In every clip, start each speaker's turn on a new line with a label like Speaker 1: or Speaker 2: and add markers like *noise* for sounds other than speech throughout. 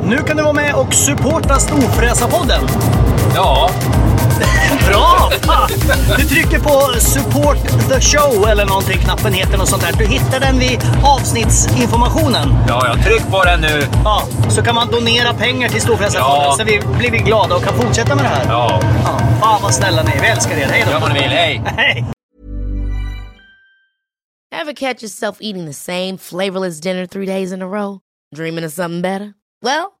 Speaker 1: Nu kan du vara med och supporta Storfräsa-podden.
Speaker 2: Ja,
Speaker 1: Bra! Fan! Du trycker på support the show eller någonting, knappen heter något sånt där. Du hittar den vid avsnittsinformationen.
Speaker 2: ja, ja. Tryck på den nu.
Speaker 1: Ja, så kan man donera pengar till Storfräsarfonden
Speaker 2: Ja.
Speaker 1: så vi blir vi glada och kan fortsätta med det här.
Speaker 2: Ja,
Speaker 1: Ja, fan vad snälla ni är. Vi älskar er. Hej då!
Speaker 2: gör vad ni vill. Hej!
Speaker 1: Hej!
Speaker 3: Ever catch yourself eating the same flavorless dinner three days in a row? Dreaming of something better? Well,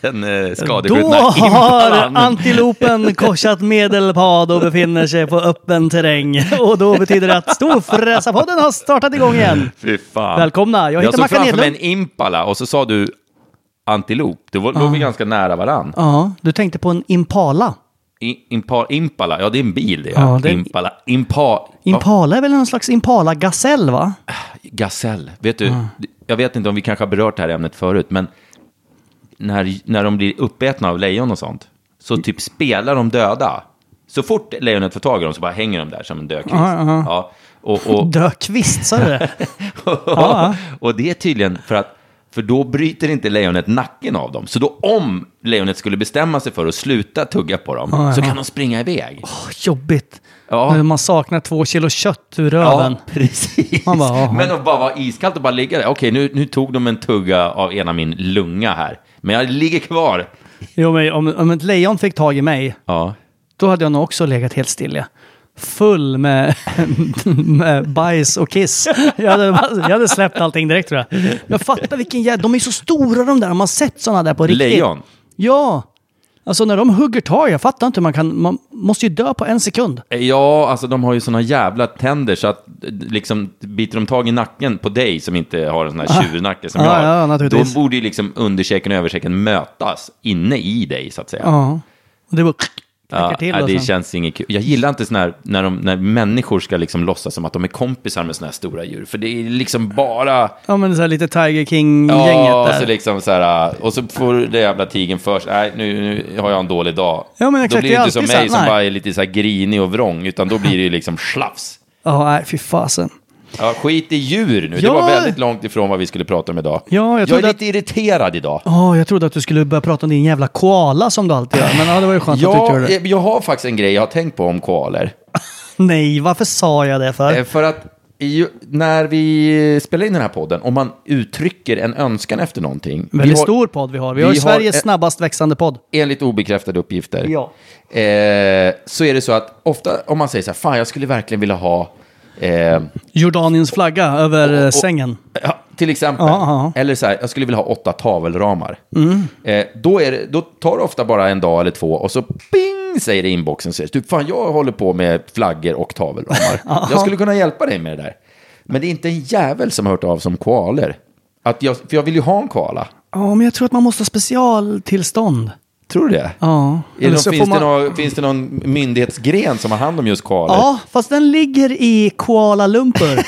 Speaker 4: Den eh,
Speaker 1: Då
Speaker 4: skadebrutna
Speaker 1: har
Speaker 4: intalan.
Speaker 1: antilopen korsat medelpad och befinner sig på öppen terräng. Och då betyder det att Storfräsarpodden har startat igång igen.
Speaker 4: Fy fan.
Speaker 1: Välkomna, jag heter
Speaker 4: jag såg
Speaker 1: Mackan
Speaker 4: framför mig en
Speaker 1: Edlund.
Speaker 4: impala och så sa du antilop. Det var, låg vi ganska nära varann.
Speaker 1: Ja, du tänkte på en Impala.
Speaker 4: I, impa, impala, ja det är en bil det.
Speaker 1: Ja,
Speaker 4: Ja,
Speaker 1: det är-
Speaker 4: Impala, impa, va?
Speaker 1: Impala är väl någon slags Impala-gasell va?
Speaker 4: Gasell. Vet du, jag vet inte om vi kanske har berört det här ämnet förut, men när, när de blir uppätna av lejon och sånt, så typ spelar de döda. Så fort lejonet får tag i dem så bara hänger de där som en dökvist. Ja, och, och, *laughs*
Speaker 1: Dökvist, sa du det? ja.
Speaker 4: och, och det är tydligen för att för då bryter inte lejonet nacken av dem. Så då om lejonet skulle bestämma sig för att sluta tugga på dem så kan de springa iväg.
Speaker 1: Åh, jobbigt.
Speaker 4: Ja.
Speaker 1: När man saknar två kilo kött ur röven.
Speaker 4: Ja, precis.
Speaker 1: Man bara, jaha.
Speaker 4: Men att bara vara iskallt och bara ligga där. Okej, nu, nu tog de en tugga av ena min lunga här. Men jag ligger kvar.
Speaker 1: Jo, men om, om ett lejon fick tag i mig,
Speaker 4: Ja,
Speaker 1: då hade jag nog också legat helt stilla. Full med, *laughs* med bajs och kiss. Jag hade, bara- jag hade släppt allting direkt tror jag. Jag fattar vilken jävla... De är så stora de där. De har sett sådana där på riktigt.
Speaker 4: lejon.
Speaker 1: Ja. Alltså när de hugger tag, jag fattar inte. hur Man, kan, man måste ju dö på en sekund.
Speaker 4: Ja, alltså de har ju såna jävla tänder så att eh, liksom biter de tag i nacken på dig som inte har en sån här tjurnacke som
Speaker 1: Ja,
Speaker 4: jag har.
Speaker 1: Ah. ja, naturligtvis.
Speaker 4: Då borde ju liksom underkäken och överkäken mötas inne i dig så att säga.
Speaker 1: Ja. Och det bara knackar
Speaker 4: Ja,
Speaker 1: till.
Speaker 4: ja,
Speaker 1: och
Speaker 4: det
Speaker 1: sen-
Speaker 4: känns inget kul. Jag gillar inte sån här, när, de, när människor ska liksom låtsas som att de är kompisar med såna här stora djur. För det är liksom bara...
Speaker 1: Ja, men så här lite Tiger King-gänget
Speaker 4: Ja, och
Speaker 1: där.
Speaker 4: så, liksom så här, och så får det jävla tigern först. Nej, nu, nu har jag en dålig dag.
Speaker 1: Ja, men
Speaker 4: då
Speaker 1: exakt,
Speaker 4: blir
Speaker 1: det är
Speaker 4: det inte som
Speaker 1: alltid så här,
Speaker 4: mig som
Speaker 1: nej.
Speaker 4: bara är lite så här grinig och vrång, utan då blir det ju liksom slafs.
Speaker 1: Ja, nej, fy fasen.
Speaker 4: Ja, skit i djur nu.
Speaker 1: Ja.
Speaker 4: Det var väldigt långt ifrån vad vi skulle prata om idag.
Speaker 1: jag
Speaker 4: jag är
Speaker 1: trodde
Speaker 4: lite
Speaker 1: att-
Speaker 4: irriterad idag.
Speaker 1: Ja, jag trodde att du skulle börja prata om din jävla koala som du alltid gör. Men ja, eh, det var ju skönt att du inte
Speaker 4: Ja,
Speaker 1: gjorde det.
Speaker 4: jag, jag har faktiskt en grej jag har tänkt på om koalor.
Speaker 1: Nej, varför sa jag det för?
Speaker 4: Eh, För att i, när vi spelar in den här podden, om man uttrycker en önskan efter någonting. vi
Speaker 1: Väldigt
Speaker 4: har-
Speaker 1: stor podd vi har. Vi, har
Speaker 4: vi
Speaker 1: ju Sveriges
Speaker 4: har-
Speaker 1: snabbast växande podd.
Speaker 4: enligt obekräftade uppgifter,
Speaker 1: Ja.
Speaker 4: eh, så är det så att ofta om man säger så här, fan jag skulle verkligen vilja ha, eh,
Speaker 1: Jordaniens flagga över eh, sängen.
Speaker 4: ja, till exempel,
Speaker 1: Ja, Mm.
Speaker 4: eller så här, jag skulle vilja ha åtta tavelramar. Eh, då, är det, då tar det ofta bara en dag eller två och så ping säger det i inboxen, så här, typ fan jag håller på med flaggor
Speaker 1: *laughs*
Speaker 4: och tavelramar. jag skulle kunna hjälpa dig med det där. Men det är inte en jävel som har hört av som koaler. Att jag, för jag vill ju ha en koala.
Speaker 1: Ja, men jag tror att man måste ha specialtillstånd.
Speaker 4: Tror du det?
Speaker 1: Ja.
Speaker 4: Är det
Speaker 1: Eller
Speaker 4: någon,
Speaker 1: så får
Speaker 4: finns,
Speaker 1: man-
Speaker 4: det någon, finns det någon myndighetsgren som har hand om just
Speaker 1: *laughs*
Speaker 4: koalor?
Speaker 1: Ja, fast den ligger i Kuala Lumpur.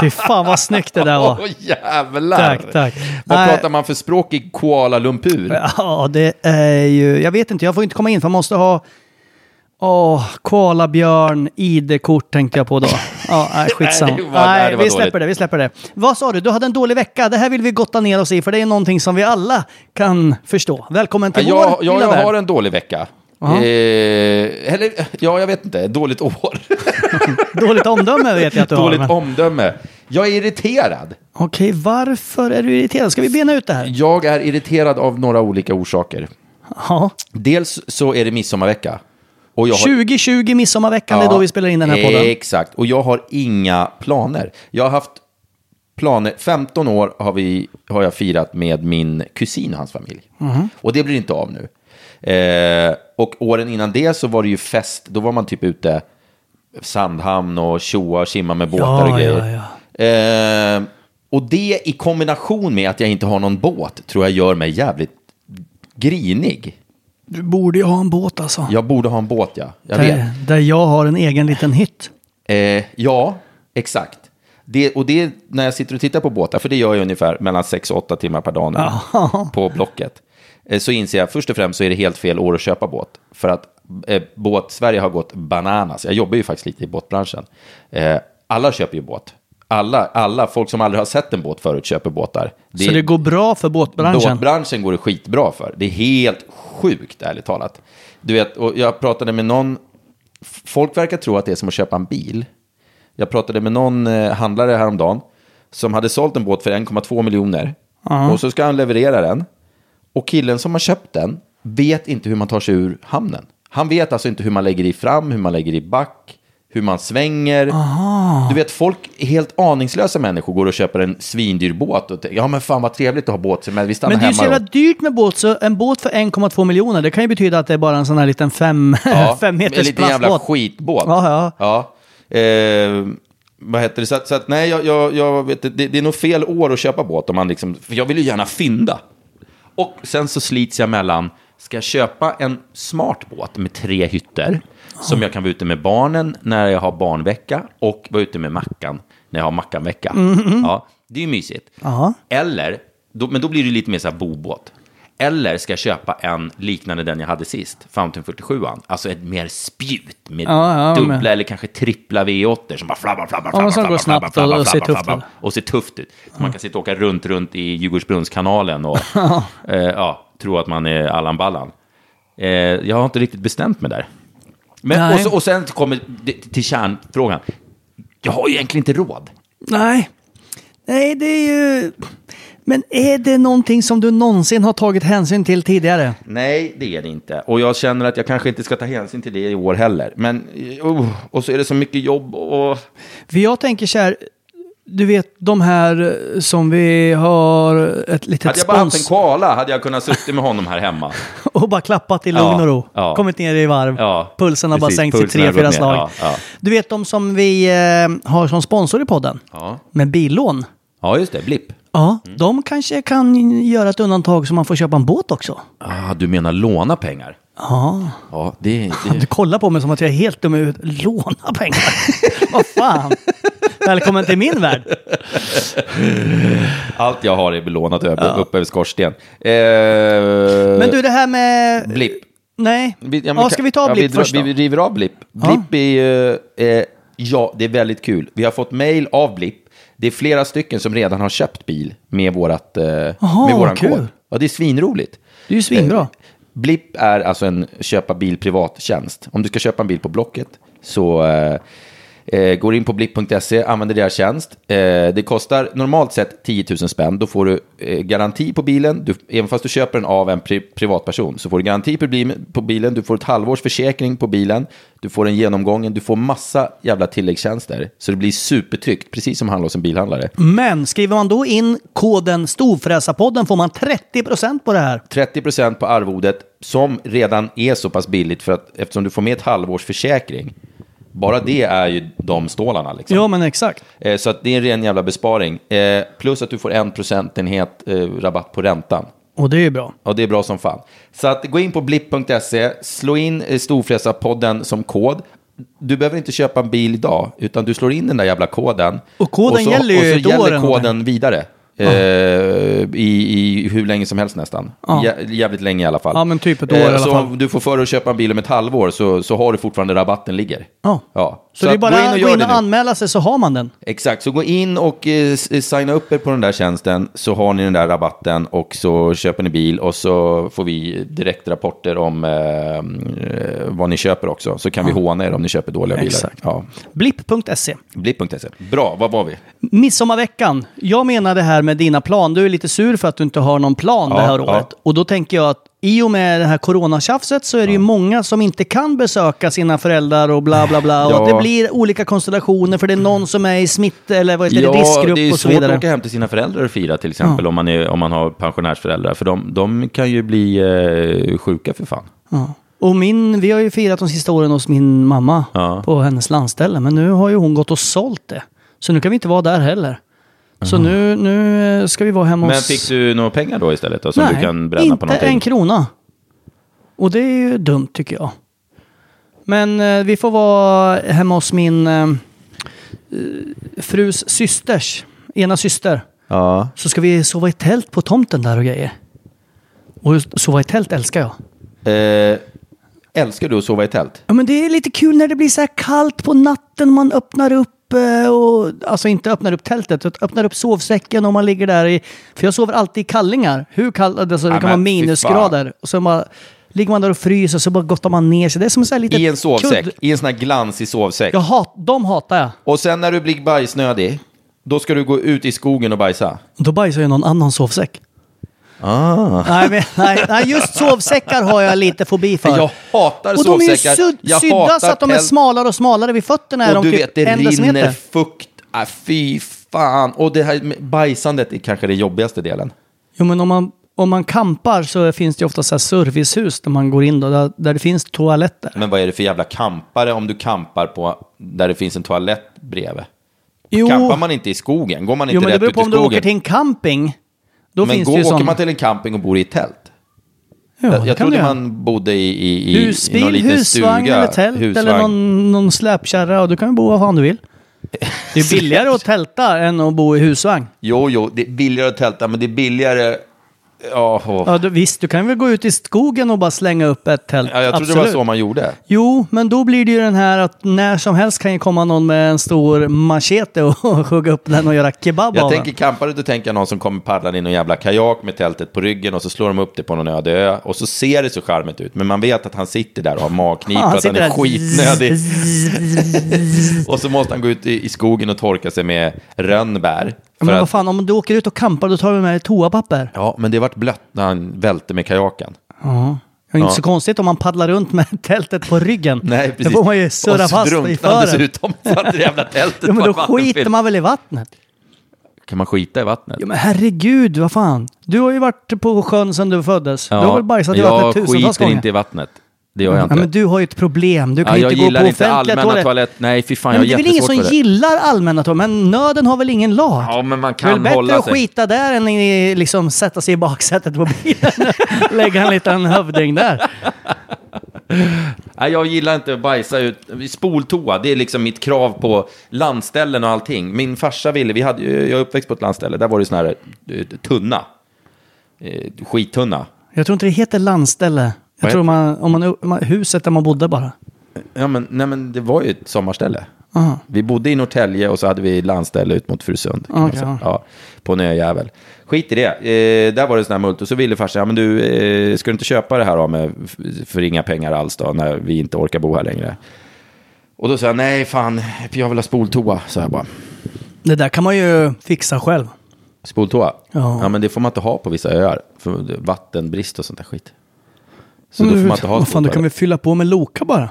Speaker 5: Fy fan vad snyggt det där var.
Speaker 4: Åh jävlar!
Speaker 5: Tack, tack.
Speaker 4: Vad
Speaker 5: Nej.
Speaker 4: pratar man för språk i Kuala Lumpur?
Speaker 5: *laughs* Ja, det är ju... Jag vet inte, jag får inte komma in för man måste ha... Åh, koalabjörn, ID-kort tänkte jag på då. Ja,
Speaker 4: *laughs*
Speaker 5: nej, skitsamma.
Speaker 4: Nej,
Speaker 5: Nej,
Speaker 4: det var- nej, det var
Speaker 5: vi släpper
Speaker 4: dåligt.
Speaker 5: det, vi släpper det. Vad sa du? Du hade en dålig vecka. Det här vill vi gotta ner oss i, för det är någonting som vi alla kan förstå. Välkommen till
Speaker 4: Ja,
Speaker 5: vår
Speaker 4: jag,
Speaker 5: lilla
Speaker 4: jag
Speaker 5: värld.
Speaker 4: har en dålig vecka. Eh, eller, ja, jag vet inte. Dåligt år. *laughs*
Speaker 5: Dåligt omdöme vet jag att du har.
Speaker 4: Dåligt
Speaker 5: men-
Speaker 4: omdöme. Jag är irriterad.
Speaker 5: Okej, varför är du irriterad? Ska vi bena ut det här?
Speaker 4: Jag är irriterad av några olika orsaker.
Speaker 5: Ja.
Speaker 4: Dels så är det midsommarvecka. Och jag har-
Speaker 5: 2020, midsommarveckan, det är
Speaker 4: Ja,
Speaker 5: då vi spelar in den här podden.
Speaker 4: Exakt, och jag har inga planer. Jag har haft planer, 15 år har, vi, har jag firat med min kusin och hans familj.
Speaker 5: Mhm.
Speaker 4: Och det blir inte av nu. Eh, och åren innan det så var det ju fest, då var man typ ute Sandhamn och tjoa och tjimma med båtar
Speaker 5: Ja,
Speaker 4: och grejer.
Speaker 5: ja,
Speaker 4: Eh, och det i kombination med att jag inte har någon båt tror jag gör mig jävligt grinig.
Speaker 5: Du borde ju ha en båt alltså.
Speaker 4: Jag borde ha en båt, ja. Jag vet.
Speaker 5: där, där jag har en egen liten hytt.
Speaker 4: Eh, ja, exakt. Det, och det är när jag sitter och tittar på båtar, för det gör jag ungefär mellan 6 och 8 timmar per dag nu
Speaker 5: *laughs*
Speaker 4: på Blocket. Eh, så inser jag först och främst så är det helt fel år att köpa båt. För att eh, båt, Sverige har gått bananas. Jag jobbar ju faktiskt lite i båtbranschen. Eh, alla köper ju båt. Alla, alla, folk som aldrig har sett en båt förut köper båtar. Det
Speaker 5: Så
Speaker 4: är-
Speaker 5: det går bra för båtbranschen?
Speaker 4: Båtbranschen går det skitbra för. Det är helt sjukt, ärligt talat. Du vet, och jag pratade med någon... f- Folk verkar tro att det är som att köpa en bil. Jag pratade med någon eh, handlare häromdagen som hade sålt en båt för 1,2 miljoner. Och så ska han leverera den. Och killen som har köpt den vet inte hur man tar sig ur hamnen. Han vet alltså inte hur man lägger i fram, hur man lägger i back, hur man svänger. Du vet, folk, helt aningslösa människor går och köper en svindyr båt och tänker, ja men fan vad trevligt att ha båtsemester, vi stannar
Speaker 5: Men det är ju så
Speaker 4: hemma.
Speaker 5: jävla
Speaker 4: då."
Speaker 5: dyrt med båt, så en båt för 1,2 miljoner, det kan ju betyda att det är bara en sån här liten fem,
Speaker 4: Ja,
Speaker 5: *laughs* fem
Speaker 4: en
Speaker 5: meters
Speaker 4: liten jävla
Speaker 5: plastbåt.
Speaker 4: skitbåt.
Speaker 5: Ja,
Speaker 4: ja. Eh, vad heter det? Så att, så att nej, jag, jag, jag vet, inte, det, det är nog fel år att köpa båt om man liksom, för jag vill ju gärna fynda. Och sen så slits jag mellan, ska jag köpa en smart båt med tre hytter som jag kan vara ute med barnen när jag har barnvecka och vara ute med Mackan när jag har Mackan-vecka. Ja, det är ju mysigt.
Speaker 5: Mm-hmm. Ja.
Speaker 4: Eller, då, men då blir det lite mer så här bobåt. Eller ska jag köpa en liknande den jag hade sist, Fountain 47an. Alltså ett mer spjut med
Speaker 5: Ja, ja,
Speaker 4: dubbla
Speaker 5: men-
Speaker 4: eller kanske trippla V8 som bara flabbar, flabbar,
Speaker 5: Ja,
Speaker 4: flabbar,
Speaker 5: men som går snabbt och- och ser tufft ut. Mm.
Speaker 4: och ser tufft ut. Så man kan sitta och åka runt, runt i Djurgårdsbrunnskanalen
Speaker 5: *laughs*
Speaker 4: och eh, ja, tro att man är Allan Ballan. Eh, jag har inte riktigt bestämt mig där. Men,
Speaker 5: Nej.
Speaker 4: och, så, och sen kommer det till kärnfrågan. Jag har ju egentligen inte råd.
Speaker 5: Nej. Nej, det är ju... Men är det någonting som du någonsin har tagit hänsyn till tidigare?
Speaker 4: Nej, det är det inte. Och jag känner att jag kanske inte ska ta hänsyn till det i år heller. Men, oh, och så är det så mycket jobb och...
Speaker 5: För jag tänker så här, du vet de här eh, som vi har ett litet
Speaker 4: Hade jag bara haft en
Speaker 5: spons
Speaker 4: koala hade jag kunnat sitta med honom här hemma.
Speaker 5: och bara klappat i lugn
Speaker 4: Ja,
Speaker 5: och ro.
Speaker 4: ja.
Speaker 5: Kommit ner i varv.
Speaker 4: Ja,
Speaker 5: Pulsen har bara
Speaker 4: precis.
Speaker 5: sänkts i
Speaker 4: Pulsen har
Speaker 5: tre, fyra
Speaker 4: gått ner.
Speaker 5: slag.
Speaker 4: Ja, ja.
Speaker 5: Du vet de som vi eh, har som sponsor i podden?
Speaker 4: *laughs* Ja.
Speaker 5: Med billån.
Speaker 4: Ja, just det. Blipp.
Speaker 5: Ja, Mm. de kanske kan göra ett undantag så man får köpa en båt också.
Speaker 4: Ah, du menar låna pengar? Ja. Ja, det...
Speaker 5: Du
Speaker 4: det...
Speaker 5: kollar på mig som att jag är helt dum ut. Låna pengar? *laughs* Vad fan? Välkommen till min värld.
Speaker 4: *laughs* Allt jag har är belånat över, uppe över skorsten. Eh...
Speaker 5: Men du, det här med...
Speaker 4: Blipp.
Speaker 5: Nej.
Speaker 4: Vi-
Speaker 5: Ja,
Speaker 4: men kan-
Speaker 5: ska vi ta
Speaker 4: ja,
Speaker 5: blipp
Speaker 4: drar-
Speaker 5: först då?
Speaker 4: Vi river av Blipp.
Speaker 5: Ja.
Speaker 4: Blipp är ju... Eh, ja, det är väldigt kul. Vi har fått mail av Blipp. Det är flera stycken som redan har köpt bil med, vårat, eh,
Speaker 5: Jaha,
Speaker 4: med våran
Speaker 5: kul.
Speaker 4: kod. Ja, det är svinroligt.
Speaker 5: Det är ju svinbra.
Speaker 4: Blipp Eh, är alltså en köpa bil privattjänst. Om du ska köpa en bil på Blocket så eh, eh, går in på blipp.se, använder deras tjänst. Eh, det kostar normalt sett 10 000 spänn. Då får du eh, garanti på bilen. Du, även fast du köper den av en pri privatperson så får du garanti på, bil, på bilen. Du får ett halvårs försäkring på bilen. Du får en genomgången. Du får massa jävla tilläggstjänster. Så det blir supertryggt, precis som handla hos en bilhandlare.
Speaker 5: Men skriver man då in koden Storfräsarpodden får man 30% på det här.
Speaker 4: 30 på arvodet som redan är så pass billigt för att eftersom du får med ett halvårs försäkring. Bara det är ju de stålarna. Liksom.
Speaker 5: Ja, men exakt.
Speaker 4: Eh, Så att det är en ren jävla besparing. Eh, Plus att du får en procentenhet eh, rabatt på räntan.
Speaker 5: Och det är ju bra.
Speaker 4: Ja, det är bra som fan. Så att gå in på blipp.se, slå in eh, Storfräsarpodden som kod. du behöver inte köpa en bil idag, utan du slår in den där jävla koden.
Speaker 5: Och koden
Speaker 4: så,
Speaker 5: gäller ju
Speaker 4: Och
Speaker 5: ett
Speaker 4: så
Speaker 5: år
Speaker 4: gäller
Speaker 5: eller
Speaker 4: koden vidare. Eh, i, I hur länge som helst nästan. Jä, jävligt länge i alla fall. Eh,
Speaker 5: Ja, men typ ett år i alla
Speaker 4: så
Speaker 5: fall.
Speaker 4: om du får för dig att köpa en bil om ett halvår så, så har du fortfarande rabatten ligger.
Speaker 5: Ja.
Speaker 4: ja.
Speaker 5: Så, det är
Speaker 4: att gå
Speaker 5: bara att gå
Speaker 4: gör
Speaker 5: in
Speaker 4: det
Speaker 5: och
Speaker 4: nu.
Speaker 5: anmäla sig så har man den.
Speaker 4: Exakt, så gå in och eh, s- signa upp er på den där tjänsten så har ni den där rabatten och så köper ni bil och så får vi direktrapporter om eh, eh, vad ni köper också. Så kan vi håna er om ni köper dåliga bilar.
Speaker 5: Exakt.
Speaker 4: Ja.
Speaker 5: Blipp.se.
Speaker 4: Blipp.se. E. Bra, vad var vi?
Speaker 5: E. Midsommarveckan. Jag menar det här med dina plan. Du är lite sur för att du inte har någon plan det
Speaker 4: Ja,
Speaker 5: här
Speaker 4: ja.
Speaker 5: året. Och då tänker jag att i och med det här coronatjafset så är det ju många som inte kan besöka sina föräldrar och bla bla bla. Och
Speaker 4: Ja.
Speaker 5: att det blir olika konstellationer för det är någon som är i smitt eller vad heter det, riskgrupp
Speaker 4: det är
Speaker 5: och så
Speaker 4: svårt att åka
Speaker 5: vidare.
Speaker 4: hem till sina föräldrar och fira till exempel om, man är, om man har pensionärsföräldrar. För de, de kan ju bli eh, sjuka för fan.
Speaker 5: Ja. Och min, vi har ju firat de sista åren hos min mamma
Speaker 4: Ja.
Speaker 5: på hennes landställe. Men nu har ju hon gått och sålt det. Så nu kan vi inte vara där heller. Så nu, nu eh, ska vi vara hemma
Speaker 4: Men
Speaker 5: hos...
Speaker 4: fick du några pengar då istället då, som du kan bränna
Speaker 5: inte
Speaker 4: på någonting?
Speaker 5: en krona. Och det är ju dumt tycker jag. Men eh, vi får vara hemma hos min eh, eh, frus systers, ena syster.
Speaker 4: Ja.
Speaker 5: Så ska vi sova i tält på tomten där och grejer. Och just sova i tält älskar jag.
Speaker 4: Eh, älskar du att sova i tält?
Speaker 5: Ja men det är lite kul när det blir så här kallt på natten. Man öppnar upp, eh, och, alltså inte öppnar upp tältet, utan öppnar upp sovsäcken och man ligger där i... För jag sover alltid i kallingar. Hur kallt, alltså det
Speaker 4: Ja,
Speaker 5: kan vara
Speaker 4: men fy
Speaker 5: minusgrader. Och så bara, ligger man där och fryser så bara gottar man ner sig. Det är som en sån här liten
Speaker 4: I en sovsäck,
Speaker 5: kudd.
Speaker 4: i en sån här glansig sovsäck.
Speaker 5: Jag hat, de hatar jag.
Speaker 4: Och sen när du blir bajsnödig, då ska du gå ut i skogen och bajsa.
Speaker 5: Då bajsar ju någon annan sovsäck.
Speaker 4: Ah.
Speaker 5: Nej, men, nej, nej, just sovsäckar har jag lite fobi för.
Speaker 4: Jag hatar
Speaker 5: och de är ju
Speaker 4: sovsäckar.
Speaker 5: syd,
Speaker 4: jag
Speaker 5: sydda så att de är
Speaker 4: tält.
Speaker 5: smalare och smalare vid fötterna. är
Speaker 4: Och
Speaker 5: de
Speaker 4: du
Speaker 5: typ
Speaker 4: vet, det
Speaker 5: en
Speaker 4: rinner
Speaker 5: decimeter.
Speaker 4: fukt. Ah, fy fan. Och det här med bajsandet är kanske den jobbigaste delen.
Speaker 5: Jo, men om man, om man kampar så finns det ju ofta så här servicehus där man går in då, där, där det finns toaletter.
Speaker 4: Men vad är det för jävla kampare om du kampar på där det finns en toalett bredvid?
Speaker 5: Jo,
Speaker 4: Kampar man inte i skogen? Går man inte
Speaker 5: jo men det
Speaker 4: rätt
Speaker 5: beror
Speaker 4: ut
Speaker 5: på
Speaker 4: i
Speaker 5: om du åker
Speaker 4: skogen?
Speaker 5: till en camping. Då
Speaker 4: men
Speaker 5: finns
Speaker 4: gå,
Speaker 5: det ju
Speaker 4: åker
Speaker 5: sån...
Speaker 4: man till en camping och bor i ett tält?
Speaker 5: ja,
Speaker 4: jag
Speaker 5: det
Speaker 4: jag
Speaker 5: kan
Speaker 4: trodde
Speaker 5: du göra.
Speaker 4: man bodde i, i, i, i någon
Speaker 5: Husbil,
Speaker 4: liten
Speaker 5: husvagn
Speaker 4: stuga.
Speaker 5: eller tält eller
Speaker 4: husvagn.
Speaker 5: någon, någon släpkärra. Och du kan ju bo var fan du vill.
Speaker 4: *laughs*
Speaker 5: Det är billigare att tälta än att bo i husvagn.
Speaker 4: Jo, jo, det är billigare att tälta, men det är billigare... Ja, åh.
Speaker 5: Ja, du, visst, du kan väl gå ut i skogen och bara slänga upp ett tält.
Speaker 4: ja jag trodde det var
Speaker 5: Absolut.
Speaker 4: så man gjorde.
Speaker 5: Jo, men då blir det ju den här att när som helst kan ju komma någon med en stor machete och *laughs* hugga upp den och göra kebab
Speaker 4: Jag
Speaker 5: av
Speaker 4: tänker
Speaker 5: den.
Speaker 4: campare, då tänker jag någon som kommer paddlande i någon jävla kajak med tältet på ryggen och så slår de upp det på någon öde ö och så ser det så charmigt ut, men man vet att han sitter
Speaker 5: *laughs*
Speaker 4: där och har magknip
Speaker 5: Ja,
Speaker 4: och att han
Speaker 5: sitter
Speaker 4: är
Speaker 5: där. *laughs*
Speaker 4: skitnödig. och så måste han gå ut i, i skogen och torka sig med rönnbär. för
Speaker 5: Men
Speaker 4: att-
Speaker 5: vad fan, om du åker ut och kampar då tar du med dig toapapper.
Speaker 4: Ja, men det vart blött när han välte med kajaken.
Speaker 5: Det är inte
Speaker 4: Ja.
Speaker 5: så konstigt om man paddlar runt med *laughs* tältet på ryggen.
Speaker 4: Nej, precis.
Speaker 5: Då får man ju surra fast i
Speaker 4: Och
Speaker 5: fören.
Speaker 4: dessutom så att det jävla tältet
Speaker 5: Ja, men
Speaker 4: var
Speaker 5: då
Speaker 4: ett vattenfilter.
Speaker 5: skiter man väl i vattnet?
Speaker 4: Kan man skita i vattnet?
Speaker 5: Ja, men herregud, vad fan. Du har ju varit på sjön sedan du föddes. Du har väl bajsat i vattnet
Speaker 4: Jag
Speaker 5: tusentals
Speaker 4: skiter
Speaker 5: gånger?
Speaker 4: inte i vattnet. Det gör jag
Speaker 5: ja,
Speaker 4: inte.
Speaker 5: men du har ju ett problem. Du kan
Speaker 4: Ja,
Speaker 5: ju
Speaker 4: jag
Speaker 5: inte gå på
Speaker 4: gillar inte
Speaker 5: offentliga
Speaker 4: allmänna
Speaker 5: toaletter.
Speaker 4: toalett. Nej, fy fan,
Speaker 5: Nej, men
Speaker 4: jag
Speaker 5: det
Speaker 4: har
Speaker 5: är väl ingen
Speaker 4: jättesvårt
Speaker 5: som
Speaker 4: för det.
Speaker 5: gillar allmänna toaletter? Men nöden har väl ingen lag?
Speaker 4: Ja, men man
Speaker 5: det är väl
Speaker 4: kan
Speaker 5: bättre
Speaker 4: hålla
Speaker 5: att
Speaker 4: sig.
Speaker 5: skita där än i, liksom, sätta sig i baksätet på bilen. *laughs* Lägga en liten hövding där.
Speaker 4: Nej, jag gillar inte att bajsa ut. Spoltoa, det är liksom mitt krav på landställen och allting. Min farsa ville, vi hade, ju- jag är uppväxt på ett landställe, där var det sån här eh, tunna. Eh, Skittunna.
Speaker 5: Jag tror inte det heter landställe. Jag
Speaker 4: Vad
Speaker 5: tror man, om man, man, huset där man bodde bara.
Speaker 4: Ja, men, nej, men det var ju ett sommarställe. Vi bodde i Norrtälje och så hade vi landställe ut mot Furusund. kan man
Speaker 5: Okej,
Speaker 4: säga.
Speaker 5: ja.
Speaker 4: Ja, på en öjävel. Skit i det. Eh, där var det sån här mult. Och så ville farsan, ja men du, eh, ska du inte köpa det här då med, f- för inga pengar alls då, när vi inte orkar bo här längre? Och då sa jag, nej fan, för jag vill ha spoltoa, sa jag bara.
Speaker 5: Det där kan man ju fixa själv.
Speaker 4: Spoltoa?
Speaker 5: Ja.
Speaker 4: ja, men det får man inte ha på vissa öar. För vattenbrist och sånt där skit. Så då
Speaker 5: Men
Speaker 4: får
Speaker 5: du-
Speaker 4: man inte ha
Speaker 5: Vad Mm, fan, du
Speaker 4: spoltoa.
Speaker 5: kan väl fylla på med Loka bara?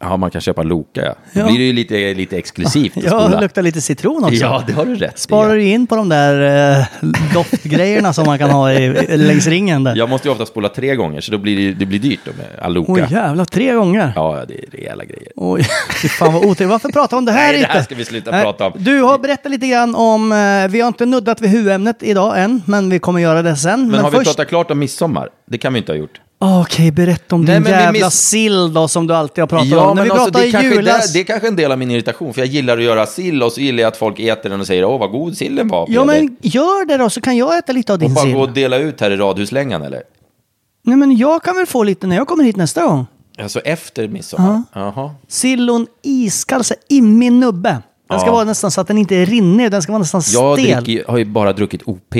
Speaker 4: Ja, man kan köpa Loka, ja.
Speaker 5: Ja.
Speaker 4: Då blir det ju lite, lite exklusivt att
Speaker 5: *laughs* Ja, det
Speaker 4: spola.
Speaker 5: luktar lite citron också.
Speaker 4: Ja, det har du rätt i,
Speaker 5: Sparar
Speaker 4: ja.
Speaker 5: du in på de där eh, doftgrejerna som man kan ha i,
Speaker 4: *laughs*
Speaker 5: längs ringen där.
Speaker 4: Jag måste ju ofta spola tre gånger, så då blir det, det blir dyrt då med Aloka.
Speaker 5: Åh jävlar, tre gånger.
Speaker 4: Ja, det är rejäla grejer.
Speaker 5: Oj, fy fan vad otrevligt. Varför pratar vi om det här
Speaker 4: Nej, det här
Speaker 5: inte?
Speaker 4: ska vi sluta
Speaker 5: Nej,
Speaker 4: prata om.
Speaker 5: Du har berättat lite grann om, eh, vi har inte nuddat vid huvudämnet idag än, men vi kommer göra det sen.
Speaker 4: Men, har vi
Speaker 5: först,
Speaker 4: pratat klart om midsommar? Det kan vi inte ha gjort.
Speaker 5: Ah, Okej, berätta om
Speaker 4: Nej,
Speaker 5: din
Speaker 4: men vi
Speaker 5: jävla
Speaker 4: miss-
Speaker 5: sill då som du alltid har pratat om. När vi
Speaker 4: alltså,
Speaker 5: pratade
Speaker 4: det, kanske är
Speaker 5: julas...
Speaker 4: där, det är kanske en del av min irritation, för jag gillar att göra sill och så gillar jag att folk äter den och säger åh vad god sillen var. Peder."
Speaker 5: Ja, men gör det då så kan jag äta lite av
Speaker 4: och
Speaker 5: din
Speaker 4: bara
Speaker 5: sill.
Speaker 4: gå och dela ut här i radhuslängan eller?
Speaker 5: Nej, men jag kan väl få lite när jag kommer hit nästa gång.
Speaker 4: Alltså efter midsommar? Jaha.
Speaker 5: Sill och en iskall så här in min nubbe. Den ska
Speaker 4: Ja.
Speaker 5: vara nästan så att den inte rinner, den ska vara nästan
Speaker 4: Jag
Speaker 5: stel.
Speaker 4: dricker, ju- har ju bara druckit OP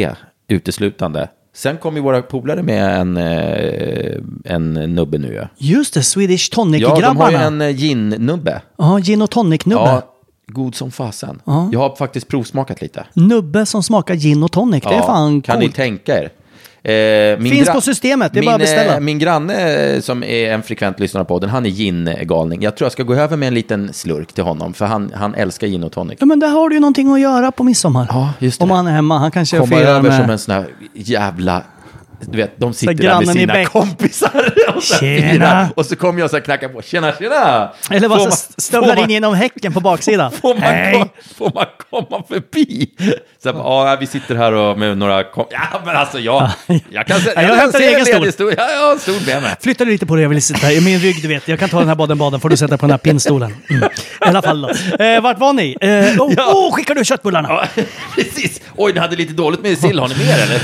Speaker 4: uteslutande. Sen kom ju våra polare med en, eh, en nubbe nu ja.
Speaker 5: Just det, Swedish
Speaker 4: Ja, de har ju
Speaker 5: Tonic-grabbarna. Ja,
Speaker 4: en eh, gin-nubbe.
Speaker 5: gin och tonic-nubbe.
Speaker 4: Ja, god som fasen. Jag har faktiskt provsmakat lite.
Speaker 5: Nubbe som smakar gin och tonic, det är
Speaker 4: Ja,
Speaker 5: fan
Speaker 4: Kan ni
Speaker 5: coolt.
Speaker 4: tänka er? Eh, min
Speaker 5: Finns
Speaker 4: gra-
Speaker 5: på systemet, det är
Speaker 4: min,
Speaker 5: bara att beställa.
Speaker 4: eh, Min granne eh, som är en frekvent lyssnare på den, han är gin-galning. Jag tror jag ska gå över med en liten slurk till honom, för han, han älskar gin och tonic.
Speaker 5: Ja, men där har du ju någonting att göra på midsommar.
Speaker 4: Ja, just det.
Speaker 5: Om han är hemma, han kanske
Speaker 4: Komma
Speaker 5: firar
Speaker 4: över
Speaker 5: med...
Speaker 4: som en sån här jävla... Du vet, de sitter där med
Speaker 5: grannen i
Speaker 4: sina
Speaker 5: bänk.
Speaker 4: kompisar *laughs* och så
Speaker 5: Tjena.
Speaker 4: här firar. Och så kommer jag så här knacka på, tjena, tjena!
Speaker 5: Eller bara
Speaker 4: Får
Speaker 5: så
Speaker 4: man- får
Speaker 5: stövlar
Speaker 4: man-
Speaker 5: in genom häcken på
Speaker 4: *laughs*
Speaker 5: baksidan.
Speaker 4: Får man,
Speaker 5: Hej!
Speaker 4: kom, får man komma förbi? Så här, bara, ja, vi sitter här och med några kom- Ja, men alltså jag... Jag kan se,
Speaker 5: Ja, jag
Speaker 4: kan
Speaker 5: hämtar
Speaker 4: se
Speaker 5: egen
Speaker 4: en
Speaker 5: stol.
Speaker 4: ledig stol. Ja, jag har en stol med mig.
Speaker 5: Flytta dig lite på det, jag vill sitta i min rygg, du vet. Jag kan ta den här baden-baden, får du sätta dig på den här pinnstolen. Mm. I alla fall då. Eh, vart var ni? Eh, oh,
Speaker 4: Ja.
Speaker 5: oh, skickar du köttbullarna?
Speaker 4: Ja, *laughs* precis. Oj, ni hade lite dåligt med sill. Har ni mer eller?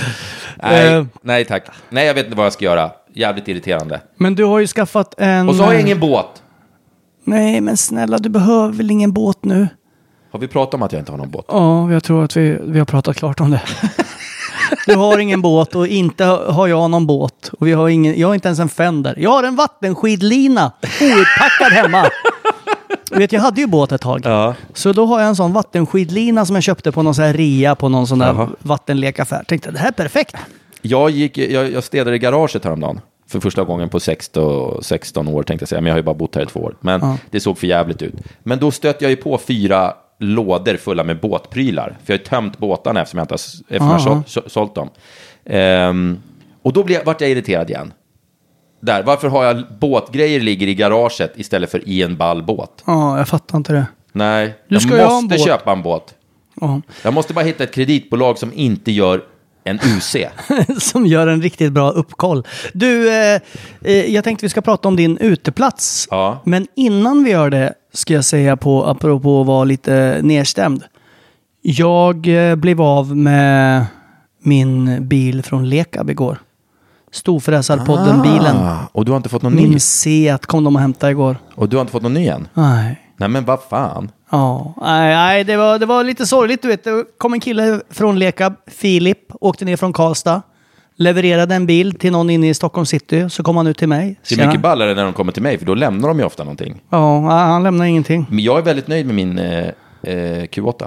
Speaker 4: Nej,
Speaker 5: Eh.
Speaker 4: nej tack. Nej, jag vet inte vad jag ska göra. Jävligt irriterande.
Speaker 5: Men du har ju skaffat en... eh,
Speaker 4: Och så har jag ingen båt.
Speaker 5: Nej, men snälla, du behöver väl ingen båt nu?
Speaker 4: Har vi pratat om att jag inte har någon båt?
Speaker 5: Ja, jag tror att vi, vi har pratat klart om det. *laughs* Du har ingen båt och inte har jag någon båt. Och vi har ingen, jag har inte ens en fender. Jag har en vattenskidlina outpackad hemma. Du vet, jag hade ju båt ett tag.
Speaker 4: Ja.
Speaker 5: Så då har jag en sån vattenskidlina som jag köpte på någon sån här rea på någon sån där
Speaker 4: Jaha.
Speaker 5: vattenlekaffär. Tänkte det här är perfekt.
Speaker 4: Jag, gick, jag, jag städade i garaget häromdagen. För första gången på 16, 16 år tänkte jag säga, men jag har ju bara bott här i två år. Men det såg för jävligt ut. Men då stötte jag ju på fyra lådor fulla med båtprylar. För jag har ju tömt båtarna eftersom jag inte har, s- eftersom jag har sålt, så- sålt dem. Ehm, och då blev, vart jag irriterad igen. Där, varför har jag båtgrejer ligger i garaget istället för i en ball båt?
Speaker 5: Ja, jag fattar inte det.
Speaker 4: Nej,
Speaker 5: Du ska ju
Speaker 4: jag
Speaker 5: ha en
Speaker 4: måste
Speaker 5: båt.
Speaker 4: köpa en båt.
Speaker 5: Ja.
Speaker 4: Jag måste bara hitta ett kreditbolag som inte gör en UC.
Speaker 5: *laughs* Som gör en riktigt bra uppkoll. Du, eh, eh, jag tänkte vi ska prata om din uteplats.
Speaker 4: Ja.
Speaker 5: Men innan vi gör det ska jag säga på, apropå att vara lite nedstämd. Jag eh, blev av med min bil från Lekab igår. Storfräsarpodden-bilen.
Speaker 4: Ah, och du har inte fått någon ny?
Speaker 5: Min Seat kom de och hämtade igår.
Speaker 4: Och du har inte fått någon ny än?
Speaker 5: Nej.
Speaker 4: Nej men vad fan.
Speaker 5: Ja, nej, nej det, var, det var lite sorgligt. Du vet, det kom en kille från Lekab, Filip, åkte ner från Karlstad, levererade en bil till någon inne i Stockholm city, så kom han ut till mig.
Speaker 4: Det är
Speaker 5: Tjena.
Speaker 4: mycket ballare när de kommer till mig, för då lämnar de ju ofta någonting.
Speaker 5: Ja, nej, han lämnar ingenting.
Speaker 4: Men jag är väldigt nöjd med min eh, eh, Q8.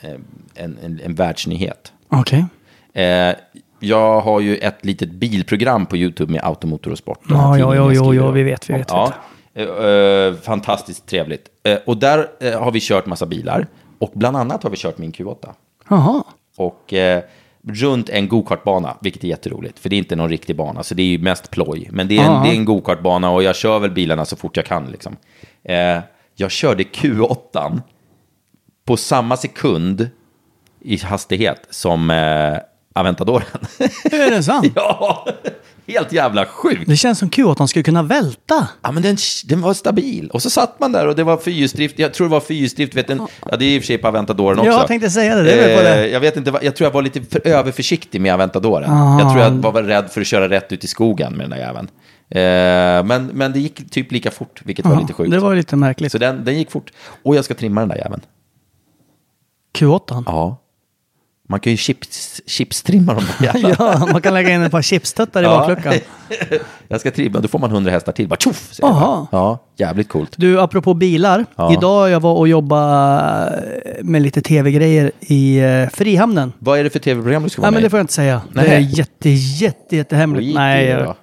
Speaker 4: eh, en, en, en världsnyhet.
Speaker 5: Okej.
Speaker 4: Eh, jag har ju ett litet bilprogram på YouTube med Automotor och Sport. Den här
Speaker 5: Ja,
Speaker 4: tidningen
Speaker 5: ja, ja,
Speaker 4: jag
Speaker 5: ja,
Speaker 4: skriver
Speaker 5: ja,
Speaker 4: om.
Speaker 5: vi vet, vi vet,
Speaker 4: Ja, Eh, eh, fantastiskt trevligt. Eh, och där eh, har vi kört massa bilar. Och bland annat har vi kört min Q8.
Speaker 5: Jaha.
Speaker 4: Och eh, runt en gokartbana, vilket är jätteroligt. För det är inte någon riktig bana, så det är ju mest ploj. Men det är en,
Speaker 5: Ja.
Speaker 4: det är en gokartbana och jag kör väl bilarna så fort jag kan. Liksom. Eh, jag körde Q8 på samma sekund i hastighet som eh, *laughs* Aventadoren.
Speaker 5: Är det sant?
Speaker 4: ja, helt jävla sjukt.
Speaker 5: Det känns som kul att de skulle kunna välta.
Speaker 4: Ja, men den, den var stabil. Och så satt man där och det var fyrhjulsdrift. Jag tror det var fyrhjulsdrift. Vet en, ja, det är i och för sig på Aventadoren också. Eh,
Speaker 5: Ja, jag tänkte säga det. Det är väl på det.
Speaker 4: Jag, vet inte, vad- jag tror jag var lite för överförsiktig med Aventadoren.
Speaker 5: Ah.
Speaker 4: Jag tror jag var väl rädd för att köra rätt ut i skogen med den där jäveln. Eh, men, men det gick typ lika fort, vilket var lite sjukt.
Speaker 5: Det var ju lite märkligt.
Speaker 4: Så den, den gick fort. Och jag ska trimma den där jäveln.
Speaker 5: Q8. Ja.
Speaker 4: Ja. Man kan ju chips, chipstrimma
Speaker 5: *laughs*
Speaker 4: de där jävlarna.
Speaker 5: man kan lägga in ett par chipstuttar i
Speaker 4: Ja.
Speaker 5: bakluckan.
Speaker 4: *laughs* jag ska trimma, då får man 100 hästar till. Bara tjoff! säger jag.
Speaker 5: Aha.
Speaker 4: Ja, jävligt coolt.
Speaker 5: Du, apropå bilar.
Speaker 4: Ja.
Speaker 5: Idag jag var och jobbade med lite tv-grejer i eh, Frihamnen.
Speaker 4: Vad är det för tv-program du ska vara
Speaker 5: Nej, men det
Speaker 4: med
Speaker 5: får
Speaker 4: i?
Speaker 5: jag inte säga. Det är
Speaker 4: Nej.
Speaker 5: jätte, jätte, jättehemligt.
Speaker 4: Skit i
Speaker 5: Nej,
Speaker 4: det
Speaker 5: jag,
Speaker 4: då.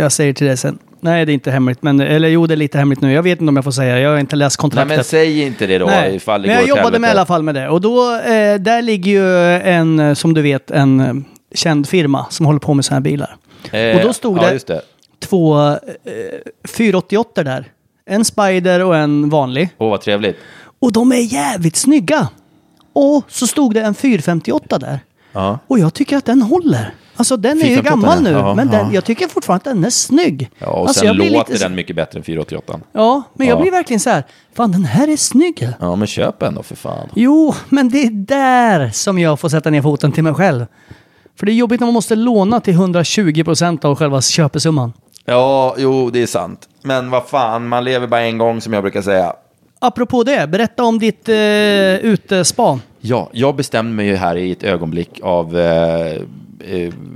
Speaker 5: jag säger till dig sen. Nej, det är inte hemligt. Men, eller jo, det är lite hemligt nu. Jag vet inte om jag får säga det. Jag har inte läst
Speaker 4: Nej,
Speaker 5: kontraktet.
Speaker 4: men säg inte det då.
Speaker 5: Nej,
Speaker 4: Ifall det
Speaker 5: men
Speaker 4: går
Speaker 5: jag
Speaker 4: åt
Speaker 5: jobbade
Speaker 4: helvete.
Speaker 5: med i alla fall med det. Och då, eh, där ligger ju en, eh, som du vet, en eh, känd firma som håller på med sådana här bilar.
Speaker 4: Eh,
Speaker 5: och då stod
Speaker 4: ja,
Speaker 5: det
Speaker 4: Just det.
Speaker 5: två eh, 488 där. En Spider och en vanlig.
Speaker 4: Åh, vad trevligt.
Speaker 5: Och de är jävligt snygga. Och så stod det en 458 där.
Speaker 4: Ja.
Speaker 5: Och jag tycker att den håller. Alltså den är ju
Speaker 4: 458,
Speaker 5: gammal nu,
Speaker 4: ja,
Speaker 5: men
Speaker 4: ja.
Speaker 5: den, jag tycker fortfarande att den är snygg.
Speaker 4: Ja, och
Speaker 5: alltså,
Speaker 4: sen
Speaker 5: blir
Speaker 4: låter
Speaker 5: lite-
Speaker 4: den mycket bättre än 488.
Speaker 5: Ja, men jag
Speaker 4: Ja.
Speaker 5: blir verkligen så här, fan den här är snygg.
Speaker 4: Ja, men köp en då för fan.
Speaker 5: Jo, men det är där som jag får sätta ner foten till mig själv. För det är jobbigt när man måste låna till 120% av själva köpesumman.
Speaker 4: Ja, jo, det är sant. Men vad fan, man lever bara en gång som jag brukar säga.
Speaker 5: Apropå det, berätta om ditt eh, utespan.
Speaker 4: Ja, jag bestämde mig ju här i ett ögonblick av eh, eh,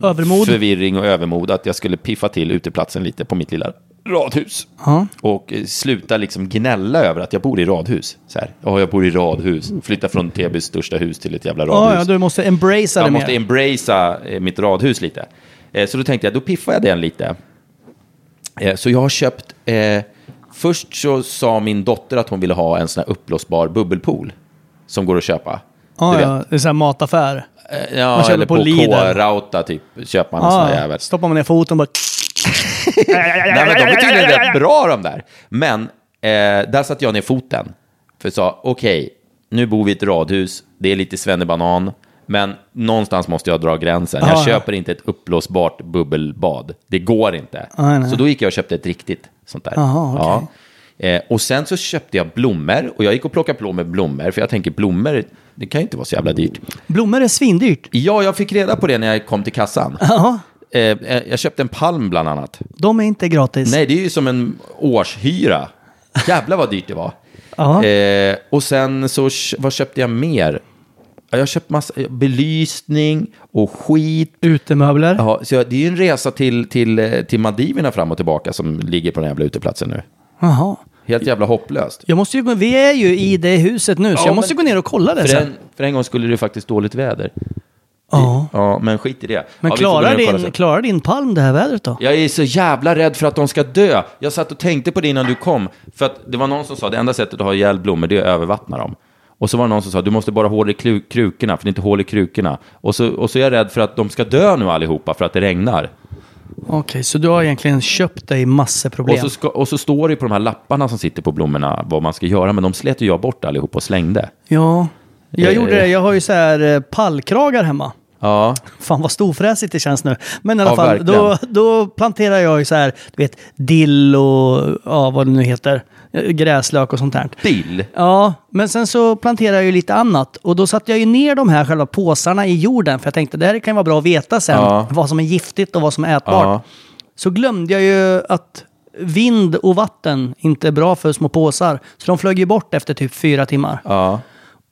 Speaker 5: Övermod.
Speaker 4: förvirring och övermod att jag skulle piffa till uteplatsen lite på mitt lilla radhus.
Speaker 5: Ja.
Speaker 4: Och eh, sluta liksom gnälla över att jag bor i radhus. Så här, ja, jag bor i radhus. Flytta från Täbys största hus till ett jävla radhus.
Speaker 5: Ja, ja, du måste embracea det
Speaker 4: jag
Speaker 5: mer.
Speaker 4: måste embracea eh, mitt radhus lite. Eh, Så då tänkte jag, då piffar jag den lite. Eh, Så jag har köpt, eh, först så sa min dotter att hon ville ha en sån här uppblåsbar bubbelpool som går att köpa.
Speaker 5: ja,
Speaker 4: Du
Speaker 5: Ah, ja, det är så här mataffär.
Speaker 4: vet. Eh, Ja,
Speaker 5: Man köper
Speaker 4: eller
Speaker 5: på
Speaker 4: på,
Speaker 5: Lidl. Ah.
Speaker 4: K-Rauta typ, köper man en sån
Speaker 5: Ja,
Speaker 4: här jävel.
Speaker 5: stoppar man ner foten bara...
Speaker 4: Nej, men de är tydligen rätt bra de där. Men eh, där satte jag ner foten. För sa, okej, nu bor vi i ett radhus, det är lite svennebanan, men någonstans måste jag dra gränsen. Jag
Speaker 5: Ja, ja.
Speaker 4: köper inte ett uppblåsbart bubbelbad. Det går inte.
Speaker 5: Nej, nej.
Speaker 4: Så då gick jag och köpte ett riktigt sånt där.
Speaker 5: Jaha, okej.
Speaker 4: ja. eh, och sen så köpte jag blommor, och jag gick och plockade på med blommor, för jag tänker blommor, det kan ju inte vara så jävla dyrt.
Speaker 5: Blommor är svindyrt.
Speaker 4: Ja, jag fick reda på det när jag kom till kassan.
Speaker 5: Ja,
Speaker 4: Eh, eh, jag köpte en palm bland annat.
Speaker 5: de är inte gratis.
Speaker 4: Nej, det är ju som en årshyra. Jävlar vad dyrt det var.
Speaker 5: Ja.
Speaker 4: Eh, och sen så, kö- vad köpte jag mer? Ja, Jag köpte massa eh, belysning och skit.
Speaker 5: Utemöbler.
Speaker 4: Ja, så jag, det är ju en resa till, till, eh, till Maldiverna fram och tillbaka som ligger på den jävla uteplatsen nu.
Speaker 5: Jaha.
Speaker 4: Helt jävla hopplöst.
Speaker 5: Jag måste ju, gå- vi är ju i det huset nu, så
Speaker 4: Ja,
Speaker 5: jag måste
Speaker 4: men-
Speaker 5: gå ner och kolla det
Speaker 4: För
Speaker 5: sen.
Speaker 4: en, för en gång skulle det faktiskt dåligt väder.
Speaker 5: Ja.
Speaker 4: Ja, men skit i det.
Speaker 5: Men
Speaker 4: ja, vi får gå ner och
Speaker 5: klarar,
Speaker 4: kolla
Speaker 5: din,
Speaker 4: sen.
Speaker 5: klarar din palm det här vädret då?
Speaker 4: Jag är så jävla rädd för att de ska dö. Jag satt och tänkte på det innan du kom. För att det var någon som sa det enda sättet att ha ihjäl blommor det är att övervattna dem. Och så var det någon som sa du måste bara ha hål i klu- krukorna för det är inte hål i krukorna. Och så, och så är jag rädd för att de ska dö nu allihopa för att det regnar.
Speaker 5: Okej, så du har egentligen köpt dig massor
Speaker 4: Och
Speaker 5: problem.
Speaker 4: så, ska, och så står det ju på de här lapparna som sitter på blommorna vad man ska göra. Men de slet ju jag bort allihopa och slängde.
Speaker 5: Ja. Jag
Speaker 4: Eh.
Speaker 5: gjorde det. Jag har ju så här eh, pallkragar hemma.
Speaker 4: Ja,
Speaker 5: Fan vad storfräsigt det känns nu. Men i alla
Speaker 4: Ja,
Speaker 5: fall, då,
Speaker 4: verkligen.
Speaker 5: då planterar jag ju så här, du vet, dill och ja, vad det nu heter. eh, Gräslök och sånt där.
Speaker 4: dill.
Speaker 5: Ja, men sen så planterade jag ju lite annat. Och då satte jag ju ner de här själva påsarna i jorden. För jag tänkte, det här kan ju vara bra att veta sen.
Speaker 4: Ja.
Speaker 5: Vad som är giftigt och vad som är ätbart.
Speaker 4: Ja.
Speaker 5: Så glömde jag ju att vind och vatten inte är bra för små påsar. Så de flög ju bort efter typ fyra timmar.
Speaker 4: Ja.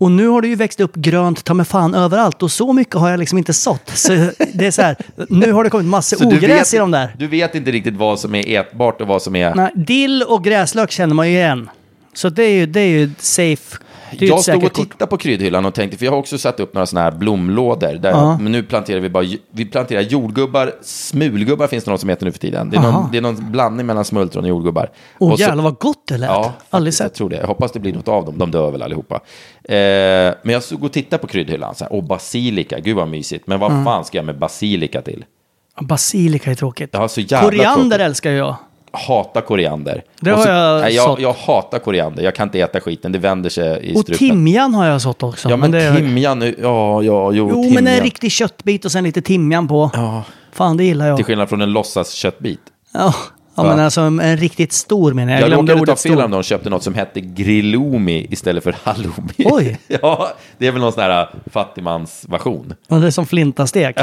Speaker 5: Och nu har det ju växt upp grönt ta mig fan överallt. Och så mycket har jag liksom inte sått. Så det är så här, nu har det
Speaker 4: *laughs*
Speaker 5: kommit massor
Speaker 4: du
Speaker 5: ogräs
Speaker 4: vet,
Speaker 5: i de där.
Speaker 4: Du vet inte riktigt vad som är ätbart och vad som är...
Speaker 5: Nej, dill och gräslök känner man ju igen. Så det är ju, det är ju safe ju
Speaker 4: jag
Speaker 5: ett
Speaker 4: stod
Speaker 5: säkert
Speaker 4: och
Speaker 5: kort.
Speaker 4: tittade på kryddhyllan och tänkte, för jag har också satt upp några sådana här blomlådor. Där, Men nu planterar vi bara, vi planterar jordgubbar, smulgubbar finns det någon som heter nu för tiden. Det är,
Speaker 5: Aha.
Speaker 4: någon, det är någon blandning mellan smultron och jordgubbar.
Speaker 5: Åh
Speaker 4: Och så-
Speaker 5: jävlar vad gott det lät.
Speaker 4: Ja,
Speaker 5: Aldrig
Speaker 4: faktiskt,
Speaker 5: sett.
Speaker 4: jag tror det. Jag hoppas det blir något av dem. De dör väl allihopa. Eh, men jag stod och tittade på kryddhyllan. Så här, och basilika, gud vad mysigt. Men
Speaker 5: Mm.
Speaker 4: vad fan ska jag med basilika till?
Speaker 5: Basilika är tråkigt.
Speaker 4: Ja, så jävla
Speaker 5: Koriander
Speaker 4: tråkigt.
Speaker 5: älskar jag.
Speaker 4: Hatar koriander.
Speaker 5: Det
Speaker 4: Och
Speaker 5: har jag
Speaker 4: nej, jag,
Speaker 5: sått.
Speaker 4: jag hatar koriander. Jag kan inte äta skiten. Det vänder sig i
Speaker 5: Och
Speaker 4: strupen.
Speaker 5: timjan har jag sått också.
Speaker 4: Ja, men,
Speaker 5: det,
Speaker 4: timjan. Ja, ja, jo,
Speaker 5: jo,
Speaker 4: timjan.
Speaker 5: men en riktig köttbit och sen lite timjan på.
Speaker 4: Ja,
Speaker 5: Fan, det gillar jag.
Speaker 4: till skillnad från en låtsasköttbit.
Speaker 5: Ja, ja
Speaker 4: Va?
Speaker 5: men alltså en en riktigt stor menar jag.
Speaker 4: Jag,
Speaker 5: glömde
Speaker 4: råkade ta
Speaker 5: ordet
Speaker 4: fel
Speaker 5: stor.
Speaker 4: om de köpte något som hette grillomi istället för halloumi.
Speaker 5: Oj.
Speaker 4: *laughs* ja, det är väl någon sån här äh, fattigmansversion. *laughs*
Speaker 5: Ja, Det är som flintastek.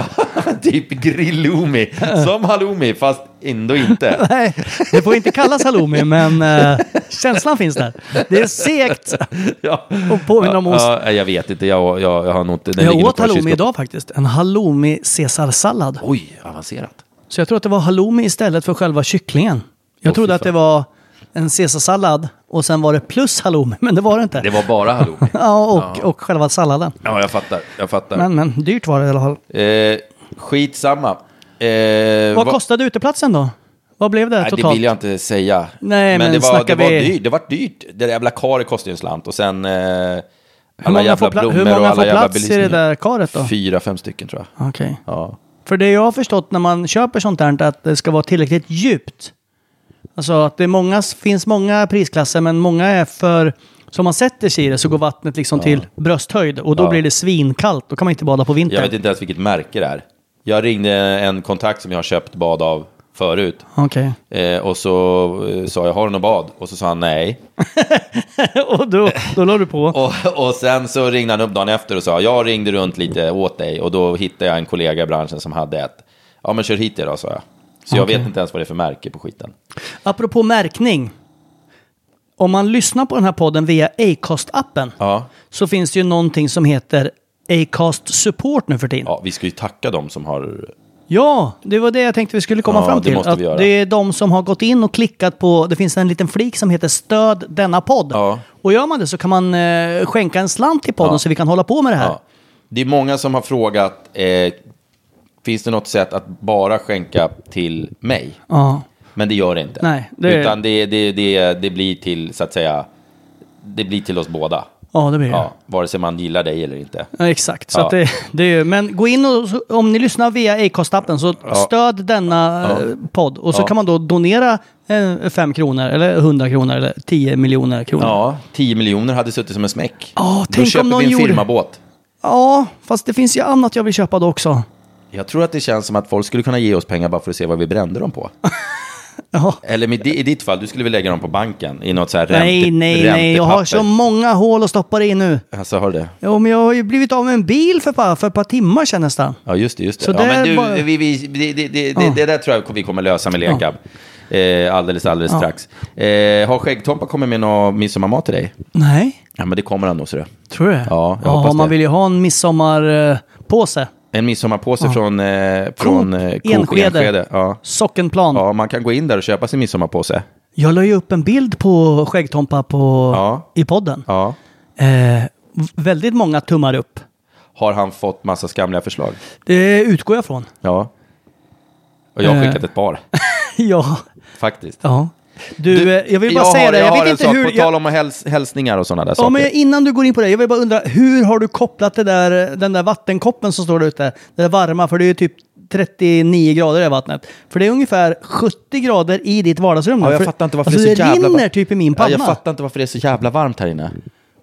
Speaker 4: typ grillumi, som halloumi fast ändå inte.
Speaker 5: *laughs* Nej, det får inte kallas halloumi,
Speaker 4: *laughs*
Speaker 5: men eh, känslan finns där. Det är segt
Speaker 4: Ja.
Speaker 5: och påminner om ost.
Speaker 4: Ja, jag vet inte, jag, jag, jag har nog inte... den
Speaker 5: jag
Speaker 4: ligger nog
Speaker 5: åt
Speaker 4: kvar i
Speaker 5: halloumi
Speaker 4: kylskåpet.
Speaker 5: idag faktiskt. En halloumi caesarsallad.
Speaker 4: Oj, avancerat.
Speaker 5: Så jag tror att det var halloumi istället för själva kycklingen. Jag
Speaker 4: Åh,
Speaker 5: trodde
Speaker 4: fy
Speaker 5: att det
Speaker 4: fan.
Speaker 5: var en caesarsallad och sen var det plus halloumi, men det var det inte.
Speaker 4: Det var bara
Speaker 5: *laughs*
Speaker 4: halloumi.
Speaker 5: Ja, och, och själva salladen.
Speaker 4: Ja, jag fattar. Jag fattar.
Speaker 5: Men, men dyrt var det i alla fall.
Speaker 4: Eh, skitsamma. Eh,
Speaker 5: Vad kostade uteplatsen då? Vad blev det
Speaker 4: Nej,
Speaker 5: totalt?
Speaker 4: det vill jag inte säga.
Speaker 5: Nej, men
Speaker 4: det var, det
Speaker 5: snackar
Speaker 4: var
Speaker 5: vi-
Speaker 4: dyrt. Det var dyrt. Det där jävla karet kostade ju en slant. Och sen eh,
Speaker 5: Hur
Speaker 4: alla
Speaker 5: många
Speaker 4: jävla
Speaker 5: får, pla-
Speaker 4: blommor
Speaker 5: hur
Speaker 4: och
Speaker 5: många
Speaker 4: alla
Speaker 5: får
Speaker 4: jävla
Speaker 5: plats i det
Speaker 4: belysningar.
Speaker 5: där karet då?
Speaker 4: Fyra, fem stycken tror jag.
Speaker 5: Okej.
Speaker 4: Ja.
Speaker 5: För det jag har förstått när man köper sånt här är att det ska vara tillräckligt djupt. Alltså att det är många, finns många prisklasser men många är för... Så om man sätter sig i det så går vattnet liksom till brösthöjd och då blir det svinkallt. Då kan man inte bada på
Speaker 4: Jag
Speaker 5: vintern.
Speaker 4: vet inte ens vilket märke det är. Jag ringde en kontakt som jag har köpt bad av förut.
Speaker 5: Okej. *laughs*
Speaker 4: Eh, och så eh, sa jag, har du något bad? Och så sa han nej.
Speaker 5: och då, då la du på.
Speaker 4: Och, och sen så ringde han upp dagen efter och sa, jag ringde runt lite åt dig och då hittade jag en kollega i branschen som hade ett. Ja men kör hit det då, sa jag. Så jag vet inte ens vad det är för märke på skiten.
Speaker 5: Apropå märkning. Om man lyssnar på den här podden via Acast-appen
Speaker 4: Ja.
Speaker 5: så finns det ju någonting som heter Acast Support nu för tiden.
Speaker 4: ja, vi ska ju tacka dem som har...
Speaker 5: Ja, det var det jag tänkte vi skulle komma
Speaker 4: Ja,
Speaker 5: fram
Speaker 4: det
Speaker 5: till.
Speaker 4: måste vi göra.
Speaker 5: det är de som har gått in och klickat på, det finns en liten flik som heter stöd denna podd.
Speaker 4: Ja.
Speaker 5: Och gör man det så kan man eh, skänka en slant till podden
Speaker 4: Ja.
Speaker 5: så vi kan hålla på med det här.
Speaker 4: Ja. Det är många som har frågat, eh, finns det något sätt att bara skänka till mig?
Speaker 5: Ja.
Speaker 4: Men det gör det inte.
Speaker 5: Nej, det-
Speaker 4: Utan det, det, det, det blir till, så att säga, det blir till oss båda.
Speaker 5: Ja, det blir det.
Speaker 4: Ja, vare sig man gillar dig eller inte.
Speaker 5: Ja, exakt. Så
Speaker 4: Ja.
Speaker 5: att det, det är, ju- men gå in och så- om ni lyssnar via Acast-appen så stöd denna eh, podd. Och så kan man då donera 5 kronor eller 100 kronor eller 10 miljoner kronor. Ja.
Speaker 4: Ja, 10 miljoner hade suttit som en smäck.
Speaker 5: Ja, tänk
Speaker 4: Då
Speaker 5: om
Speaker 4: köper
Speaker 5: någon
Speaker 4: vi en
Speaker 5: gjorde-
Speaker 4: firmabåt.
Speaker 5: fast det finns ju annat jag vill köpa då också.
Speaker 4: Jag tror att det känns som att folk skulle kunna ge oss pengar bara för att se vad vi brände dem
Speaker 5: *laughs*
Speaker 4: på.
Speaker 5: Ja.
Speaker 4: Eller med, i ditt fall, du skulle väl lägga dem på banken i något så här ränte,
Speaker 5: Nej, nej, nej. Jag har
Speaker 4: räntepapper.
Speaker 5: så många hål att stoppa det i nu.
Speaker 4: Alltså, har du det?
Speaker 5: Jo, men jag har ju blivit av med en bil för, bara, för ett par timmar sedan nästan.
Speaker 4: Ja, just det. Just det.
Speaker 5: Så
Speaker 4: ja,
Speaker 5: där
Speaker 4: men du,
Speaker 5: bara-
Speaker 4: vi, vi, det, det, det,
Speaker 5: Ja.
Speaker 4: det där tror jag vi kommer lösa med Lekab. Eh, alldeles, alldeles strax. Eh, har Skäggtompa kommit med någon midsommarmat till dig?
Speaker 5: Nej.
Speaker 4: Ja, men det kommer han nog, ser du.
Speaker 5: Tror du det?
Speaker 4: Ja, jag hoppas
Speaker 5: man
Speaker 4: det.
Speaker 5: vill ju ha en midsommarpåse.
Speaker 4: En midsommarpåse från, eh, från eh, Coop
Speaker 5: Enskede.
Speaker 4: Enskede. Ja.
Speaker 5: Sockenplan.
Speaker 4: ja, man kan gå in där och köpa sin midsommarpåse.
Speaker 5: Jag la ju upp en bild på Skäggtompa på,
Speaker 4: Ja.
Speaker 5: i podden.
Speaker 4: Ja.
Speaker 5: Eh, v- väldigt många tummar upp.
Speaker 4: Har han fått massa skamliga förslag?
Speaker 5: Det utgår jag från. *laughs*
Speaker 4: Ja. Och jag har
Speaker 5: Eh.
Speaker 4: skickat ett par,
Speaker 5: ja.
Speaker 4: faktiskt.
Speaker 5: ja. Du, eh, jag vill bara
Speaker 4: jag
Speaker 5: säga
Speaker 4: har,
Speaker 5: det.
Speaker 4: Jag,
Speaker 5: Jag,
Speaker 4: har
Speaker 5: vet
Speaker 4: en
Speaker 5: inte
Speaker 4: sak
Speaker 5: hur...
Speaker 4: på tal om häls, hälsningar och sådana där
Speaker 5: Ja,
Speaker 4: saker.
Speaker 5: men innan du går in på det, jag vill bara undra, hur har du kopplat det där, den där vattenkoppen som står där ute? Det där varma, för det är ju typ 39 grader i vattnet. För det är ungefär 70 grader i ditt vardagsrum nu.
Speaker 4: Ja, jag
Speaker 5: För-
Speaker 4: fattar inte varför
Speaker 5: alltså,
Speaker 4: det är så jävla
Speaker 5: rinner
Speaker 4: varmt.
Speaker 5: typ i min panna.
Speaker 4: Ja, jag fattar inte varför det är så jävla varmt här inne.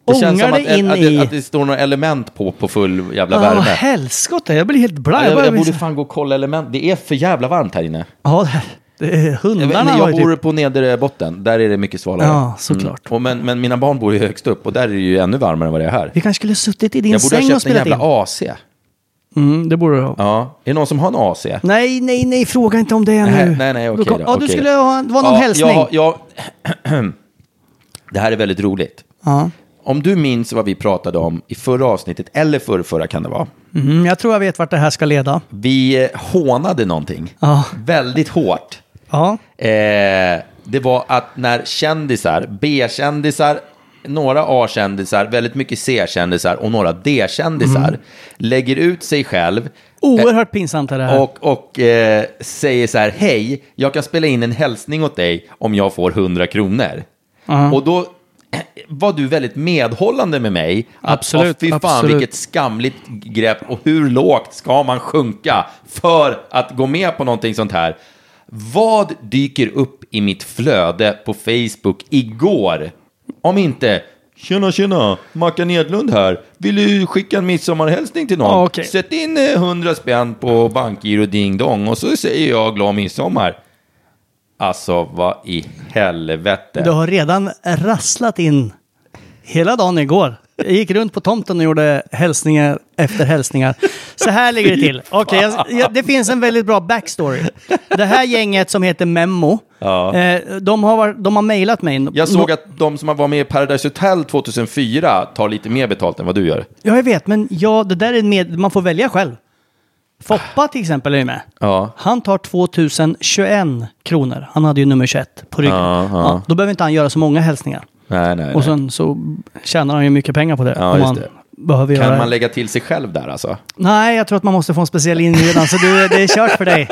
Speaker 4: Det
Speaker 5: Ångar
Speaker 4: känns som
Speaker 5: det
Speaker 4: att, att,
Speaker 5: in
Speaker 4: att,
Speaker 5: i-
Speaker 4: det- att det står några element på på full jävla
Speaker 5: Åh,
Speaker 4: värme.
Speaker 5: helskotta, jag blir helt
Speaker 4: Ja,
Speaker 5: bra.
Speaker 4: jag, jag
Speaker 5: bara-
Speaker 4: borde fan gå och kolla element. Det är för jävla varmt här inne.
Speaker 5: Ja, det är
Speaker 4: Jag, vet
Speaker 5: hundarna
Speaker 4: inte,
Speaker 5: har
Speaker 4: jag
Speaker 5: ju
Speaker 4: bor
Speaker 5: typ...
Speaker 4: på nedre botten. Där är det mycket svalare. Mm.
Speaker 5: Ja, såklart.
Speaker 4: Och men, men mina barn bor ju högst upp och där är det ju ännu varmare än vad det är här.
Speaker 5: Vi kanske skulle ha suttit i din
Speaker 4: Jag borde ha
Speaker 5: säng och
Speaker 4: köpt en
Speaker 5: spelat
Speaker 4: jävla
Speaker 5: in.
Speaker 4: AC.
Speaker 5: Mm, det borde du ha.
Speaker 4: Ja. Är det någon som har en AC?
Speaker 5: Nej, nej, nej, fråga inte om det
Speaker 4: Nej,
Speaker 5: nu.
Speaker 4: nej, nej,
Speaker 5: Då
Speaker 4: okej
Speaker 5: kom-
Speaker 4: då.
Speaker 5: Mm. Ja, du
Speaker 4: okej
Speaker 5: skulle
Speaker 4: då.
Speaker 5: ha, det var någon
Speaker 4: Ja, *clears throat*
Speaker 5: hälsning.
Speaker 4: Jag, jag, det här är väldigt roligt.
Speaker 5: Ja.
Speaker 4: Om du minns vad vi pratade om i förra avsnittet, eller förra, förra kan det vara.
Speaker 5: Mm, jag tror jag vet vart det här ska leda.
Speaker 4: Vi eh, hånade någonting
Speaker 5: Ja.
Speaker 4: väldigt hårt.
Speaker 5: Ja.
Speaker 4: Eh, det var att när kändisar, B-kändisar, några A-kändisar, väldigt mycket C-kändisar och några D-kändisar lägger ut sig själv
Speaker 5: Oerhört pinsamt är det här.
Speaker 4: och, och eh, säger så här, hej, jag kan spela in en hälsning åt dig om jag får 100 kronor. Och då *clears throat* var du väldigt medhållande med mig. Att,
Speaker 5: Absolut,
Speaker 4: "Åh, Fy fan
Speaker 5: absolut.
Speaker 4: vilket skamligt grepp och hur lågt ska man sjunka för att gå med på någonting sånt här. Vad dyker upp i mitt flöde på Facebook igår? Om inte Tjena, tjena! Mackan Edlund här. Vill du skicka en midsommarhälsning till någon?
Speaker 5: Ja, Ah, okej.
Speaker 4: Sätt in eh, 100 spänn på bankgiro ding dong och så säger jag glad midsommar. Alltså, vad i helvete?
Speaker 5: Du har redan rasslat in hela dagen igår. Jag gick runt på tomten och gjorde hälsningar efter hälsningar. Så här ligger det till. Okej, jag, jag, det finns en väldigt bra backstory. Det här gänget som heter Memo, eh, de, har, var- de har mejlat mig.
Speaker 4: Jag såg att de som var med i Paradise Hotel 2004 tar lite mer betalt än vad du gör.
Speaker 5: Ja, jag vet, men ja, det där är med, man får välja själv. Foppa till exempel är ju med.
Speaker 4: Ja.
Speaker 5: Han tar 2021 kronor. Han hade ju nummer 21 på ryggen.
Speaker 4: Ja, ja.
Speaker 5: då behöver inte han göra så många hälsningar.
Speaker 4: Nej, nej,
Speaker 5: Och
Speaker 4: nej.
Speaker 5: sen så tjänar han ju mycket pengar på det.
Speaker 4: Ja,
Speaker 5: om
Speaker 4: just
Speaker 5: han
Speaker 4: det.
Speaker 5: Behöver
Speaker 4: Kan
Speaker 5: göra
Speaker 4: man
Speaker 5: det.
Speaker 4: lägga till sig själv där alltså?
Speaker 5: Nej, jag tror att man måste få en speciell inbjudan, så du, det är kört
Speaker 4: *laughs*
Speaker 5: för dig.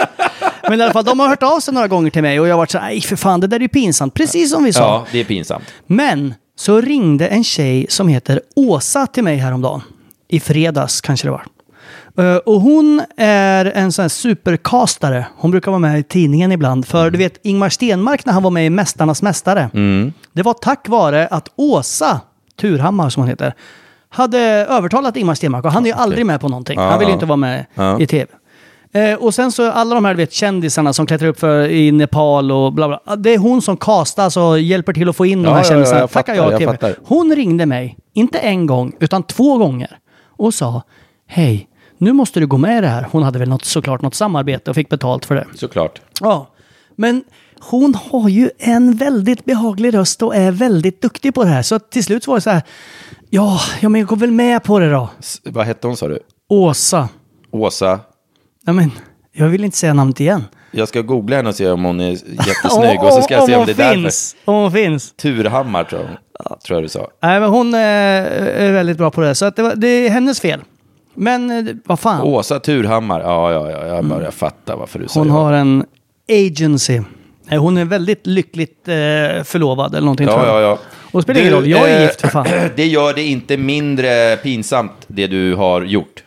Speaker 5: Men i alla fall, de har hört av sig några gånger till mig och jag har varit så här, nej för fan, det där är ju pinsamt, precis som vi sa.
Speaker 4: Ja, det är pinsamt.
Speaker 5: Men så ringde en tjej som heter Åsa till mig häromdagen. I fredags kanske det var. Eh, Och hon är en sån här superkastare. Hon brukar vara med i tidningen ibland. För du vet, Ingmar Stenmark när han var med i Mästarnas Mästare. Det var tack vare att Åsa Turhammar, som hon heter, hade övertalat Ingmar Stenmark. Och han är ju aldrig med på någonting. Han vill ju inte vara med i tv. Eh, och sen så alla de här du vet, kändisarna som klättrar upp för, i Nepal och bla bla. Ah, Det är hon som kastar och hjälper till att få in de
Speaker 4: Ja,
Speaker 5: här
Speaker 4: ja, ja,
Speaker 5: kändisarna.
Speaker 4: jag
Speaker 5: Tackar
Speaker 4: fattar,
Speaker 5: jag,
Speaker 4: jag
Speaker 5: TV.
Speaker 4: fattar.
Speaker 5: Hon ringde mig, inte en gång, utan två gånger. Och sa, hej, nu måste du gå med i det här. Hon hade väl något, såklart något samarbete och fick betalt för det.
Speaker 4: Såklart.
Speaker 5: Ja, men hon har ju en väldigt behaglig röst och är väldigt duktig på det här. Så till slut var det så här, ja, ja men jag går väl med på det då.
Speaker 4: S- vad hette hon sa du?
Speaker 5: Åsa,
Speaker 4: Åsa.
Speaker 5: nej men, jag vill inte säga namnet igen.
Speaker 4: Jag ska googla henne och se om hon är
Speaker 5: *laughs*
Speaker 4: jättesnygg och så ska jag se om det är därför.
Speaker 5: finns. Om hon finns.
Speaker 4: Turhammar tror jag, hon- tror jag du sa.
Speaker 5: Nej, men hon eh, är väldigt bra på det. Så att det, var, det är hennes fel. Men eh, vad fan.
Speaker 4: Åsa Turhammar, ja, ja, ja, jag börjar fatta varför du
Speaker 5: Mm. hon
Speaker 4: ja.
Speaker 5: har en agency. Nej, hon är väldigt lyckligt eh, förlovad eller någonting
Speaker 4: Ja,
Speaker 5: tror jag.
Speaker 4: ja, ja.
Speaker 5: Och det spelar ingen
Speaker 4: Du,
Speaker 5: roll, jag är
Speaker 4: eh,
Speaker 5: gift
Speaker 4: *laughs*
Speaker 5: för fan.
Speaker 4: *clears throat* Det gör det inte mindre pinsamt, det du har gjort.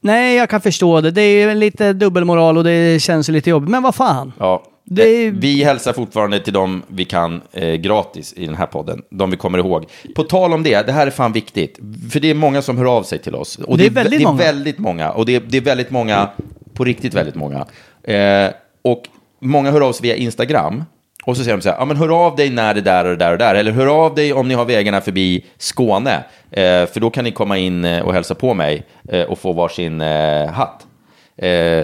Speaker 5: Nej, jag kan förstå det. Det är ju lite dubbelmoral och det känns ju lite jobbigt. Men vad fan.
Speaker 4: Ja.
Speaker 5: Det är-
Speaker 4: Eh, Vi hälsar fortfarande till dem vi kan eh, gratis i den här podden, de vi kommer ihåg. På tal om det, det här är fan viktigt, för det är många som hör av sig till oss. Och
Speaker 5: Det är
Speaker 4: vä-
Speaker 5: väldigt
Speaker 4: det är
Speaker 5: många.
Speaker 4: väldigt många, och det är, det är väldigt många, på riktigt väldigt många. Eh, och många hör av sig via Instagram, och så säger de så här, ja men hör av dig när det där och det där och det där, eller hör av dig om ni har vägarna förbi Skåne, eh, för då kan ni komma in eh, och hälsa på mig eh, och få varsin eh, hatt. Eh, *laughs*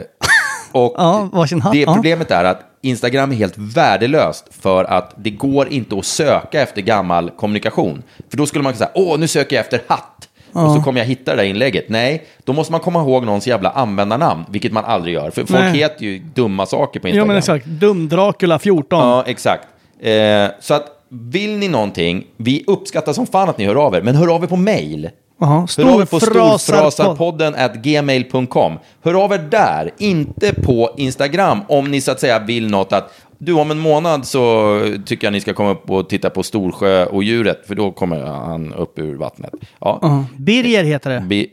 Speaker 4: och
Speaker 5: Ja, varsin hatt,
Speaker 4: det
Speaker 5: ja.
Speaker 4: problemet är att Instagram är helt värdelöst för att det går inte att söka efter gammal kommunikation. För då skulle man kunna säga, åh, nu söker jag efter hatt. Och så kommer jag hitta det där inlägget. Nej, då måste man komma ihåg någons jävla användarnamn, vilket man aldrig gör. För folk
Speaker 5: Nej.
Speaker 4: heter ju dumma saker på
Speaker 5: Jo,
Speaker 4: Instagram.
Speaker 5: men exakt. Dum-Dracula14.
Speaker 4: Ja, exakt. Eh, så att vill ni någonting, vi uppskattar som fan att ni hör av er, men hör av er på mail.
Speaker 5: Jaha,
Speaker 4: Hör av er på
Speaker 5: storfrasarpodd.
Speaker 4: storfrasarpodden at gmail.com. Hör av er där, inte på Instagram, om ni så att säga vill något att du, om en månad så tycker jag ni ska komma upp och titta på Storsjö och djuret, för då kommer han upp ur vattnet. Ja.
Speaker 5: Birger heter det.
Speaker 4: Vi,